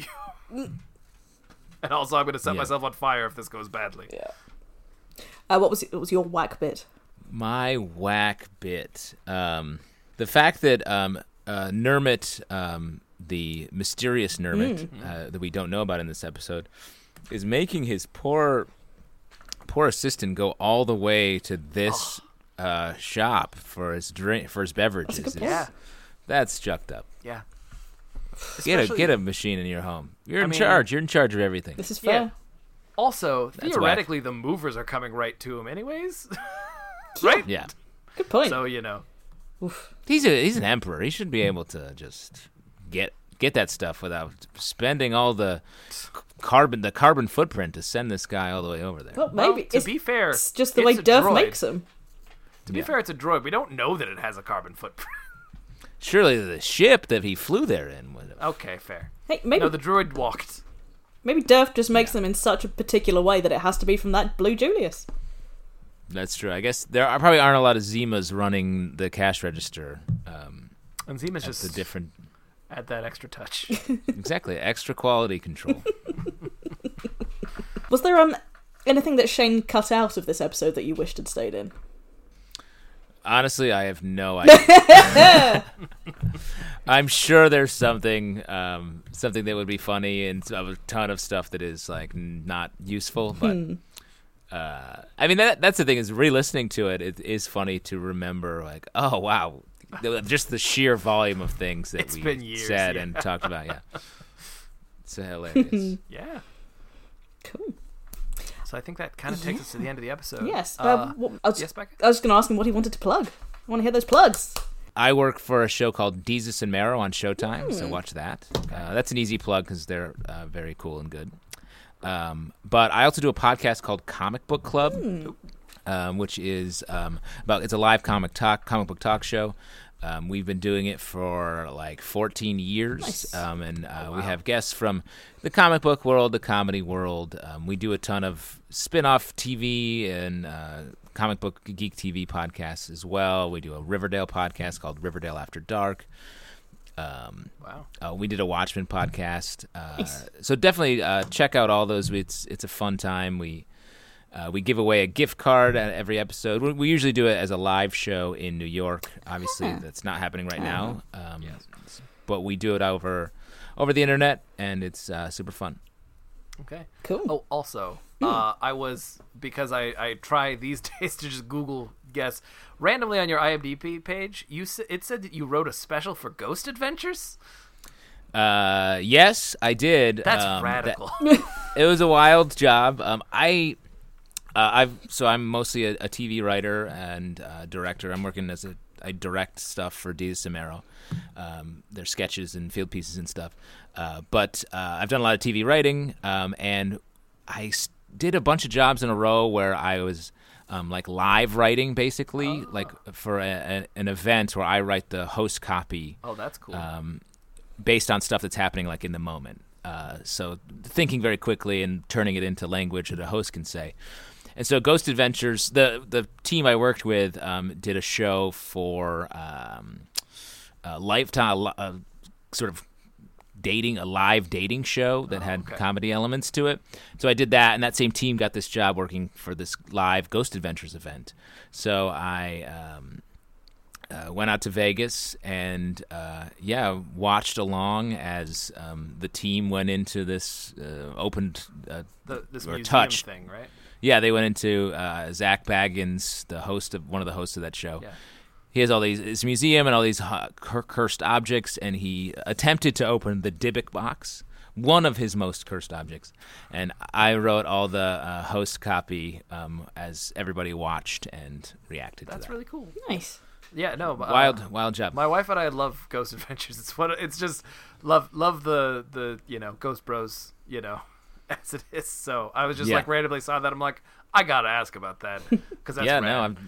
you. And also, I'm going to set Yeah. myself on fire if this goes badly. Uh, what was it? What was your whack bit? my whack bit um the fact that um uh nermit um the mysterious nermit uh, that we don't know about in this episode is making his poor poor assistant go all the way to this uh shop for his drink for his beverages good is- Yeah, that's jucked up yeah. get a get a machine in your home you're in mean- charge you're in charge of everything This is Yeah. fair. Also, whack. theoretically, the movers are coming right to him, anyways. right? yeah Good point. So you know, he's a he's an emperor. He should be able to just get get that stuff without spending all the c- carbon the carbon footprint to send this guy all the way over there. well, maybe Well, to it's, be fair, it's just the it's way a Duff droid. makes them. To be Yeah. fair, it's a droid. We don't know that it has a carbon footprint. Surely the ship that he flew there in would have. okay, fair. Hey, maybe No, the droid walked. maybe Duff just makes them in such a particular way that it has to be from that Blue Julius. That's true. I guess there are, probably aren't a lot of Zimas running the cash register. Um, And Zima's at the just different add that extra touch. exactly extra quality control. Was there um anything that Shane cut out of this episode that you wished had stayed in? Honestly, I have no idea. I'm sure there's something, um, something that would be funny, and a ton of stuff that is like n- not useful. But Hmm. uh, I mean, that, that's the thing is re-listening to it. It is funny to remember, like, oh wow, the- just the sheer volume of things that It's we been years, said yeah. and talked about. Yeah, it's hilarious. yeah. Cool. So I think that kind of takes us to the end of the episode. Yes. Uh, um, what- I, was, yes, Becca. I was just going to ask him what he wanted to plug. I want to hear those plugs. I work for a show called Jesus and Marrow on Showtime, so watch that. Uh, that's an easy plug because they're uh, very cool and good. Um, but I also do a podcast called Comic Book Club, um, which is um, about it's a live comic talk comic book talk show. Um, we've been doing it for like 14 years, Nice. um, and uh, we have guests from the comic book world, the comedy world. Um, we do a ton of spin-off TV and uh, comic book geek TV podcasts as well. We do a Riverdale podcast called Riverdale After Dark. Um, Wow. uh, we did a Watchmen podcast, uh, Nice. so definitely uh, check out all those. It's it's a fun time. We uh, we give away a gift card at every episode. We, we usually do it as a live show in New York. Obviously, that's not happening right now. Um, but we do it over over the internet, and it's uh, super fun. Okay. Cool. Oh, also, uh, I was because I, I try these days to just Google guess randomly on your IMDb page. You s- it said that you wrote a special for Ghost Adventures. Uh, yes, I did. That's Um, that- radical. it was a wild job. Um, I, uh, I've so I'm mostly a, a TV writer and uh, director. I'm working as a I direct stuff for Diaz Samero, um, their sketches and field pieces and stuff. Uh, but uh, I've done a lot of TV writing, um, and I s- did a bunch of jobs in a row where I was um, like live writing, basically, like for a, a, an event where I write the host copy oh, that's cool. um, based on stuff that's happening like in the moment. Uh, so thinking very quickly and turning it into language that a host can say. And so Ghost Adventures, the the team I worked with um, did a show for um, a lifetime, uh, sort of dating a live dating show that had okay. comedy elements to it. So I did that, and that same team got this job working for this live Ghost Adventures event. So I um, uh, went out to Vegas and uh, yeah, watched along as um, the team went into this uh, opened. Uh, the, this or museum touch. thing, right? yeah, they went into uh, Zach Baggins, the host of one of the hosts of that show Yeah. he has all these his museum and all these hu- cur- cursed objects and he attempted to open the Dybbuk box one of his most cursed objects and i wrote all the uh, host copy um, as everybody watched and reacted to That's that really cool. Nice. Yeah, no, but, uh, wild wild job My wife and I love Ghost Adventures. It's what it's just love love the the you know Ghost Bros you know as it is. So I was just Yeah. like randomly saw that. I'm like I gotta ask about that because that's yeah rad. no i've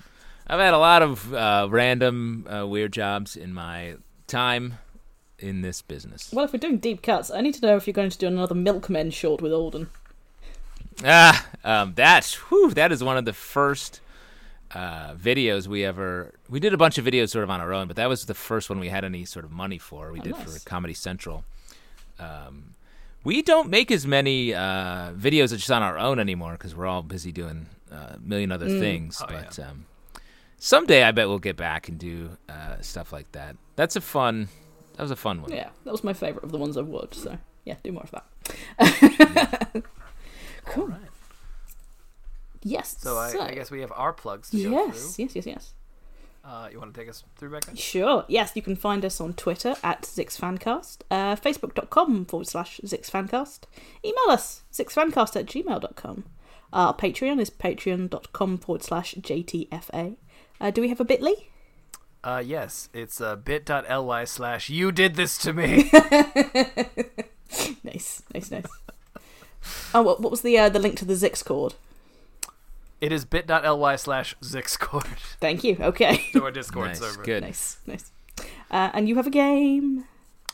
i've had a lot of uh, random uh, weird jobs in my time in this business Well, if we're doing deep cuts, I need to know if you're going to do another Milkmen short with Alden. Ah, um, that's whew, that is one of the first uh, videos we ever we did a bunch of videos sort of on our own, but that was the first one we had any sort of money for. We Oh, did nice. for Comedy Central. Um, we don't make as many uh, videos just on our own anymore because we're all busy doing uh, a million other Mm. things. Oh, but um, someday I bet we'll get back and do uh, stuff like that. That's a fun. That was a fun one. Yeah, that was my favourite of the ones I've watched. So yeah, do more of that. cool. Yes. so I, I guess we have our plugs to go yes, through. yes, yes, yes. Uh, you want to take us through, Becca? Sure. Yes, you can find us on Twitter at ZixFancast, uh, Facebook.com forward slash ZixFancast. Email us, ZixFancast at gmail.com. Our Patreon is patreon.com forward slash JTFA. Uh, do we have a bit.ly? Uh, yes, it's uh, bit.ly slash you did this to me. Nice, nice, nice. oh, what, what was the uh, the link to the Zix chord? it is bit.ly slash zixcord Thank you. Okay. to our Discord Nice, server. good. nice, nice. Uh, and you have a game.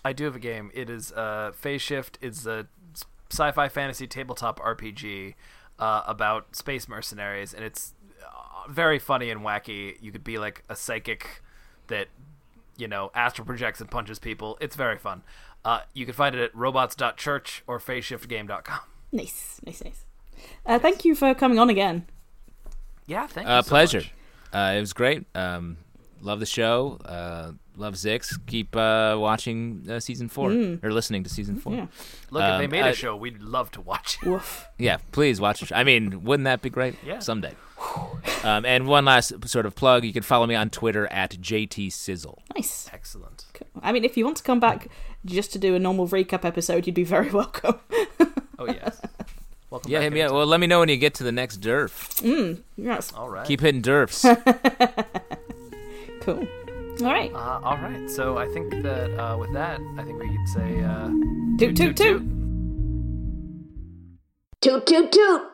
I do have a game. It is uh, Phase Shift. It's a s- sci-fi fantasy tabletop RPG uh, about space mercenaries, and it's uh, very funny and wacky. You could be like a psychic that you know astral projects and punches people. It's very fun. Uh, you can find it at robots.church or phaseshiftgame.com. Nice, nice, nice. Uh, Thank you for coming on again. Yeah, thank you. Uh, so pleasure. much. Uh, it was great. Um, love the show. Uh, love Zix. Keep uh, watching uh, season four or listening to season four. Yeah. Yeah, Look, if they Um, made I- a show, we'd love to watch it. Woof. please watch. the show. I mean, wouldn't that be great? Yeah. someday. um, and one last sort of plug: you can follow me on Twitter at JT Sizzle. Nice. Excellent. Cool. I mean, if you want to come back just to do a normal recap episode, you'd be very welcome. Oh yes. Welcome. Yeah, back hit me up. anytime. Well, let me know when you get to the next derf. Hmm, That's All right. Keep hitting derfs. cool. All right. Uh, all right. So I think that uh, with that, I think we could say. Uh, Toot, toot, toot. Toot toot toot.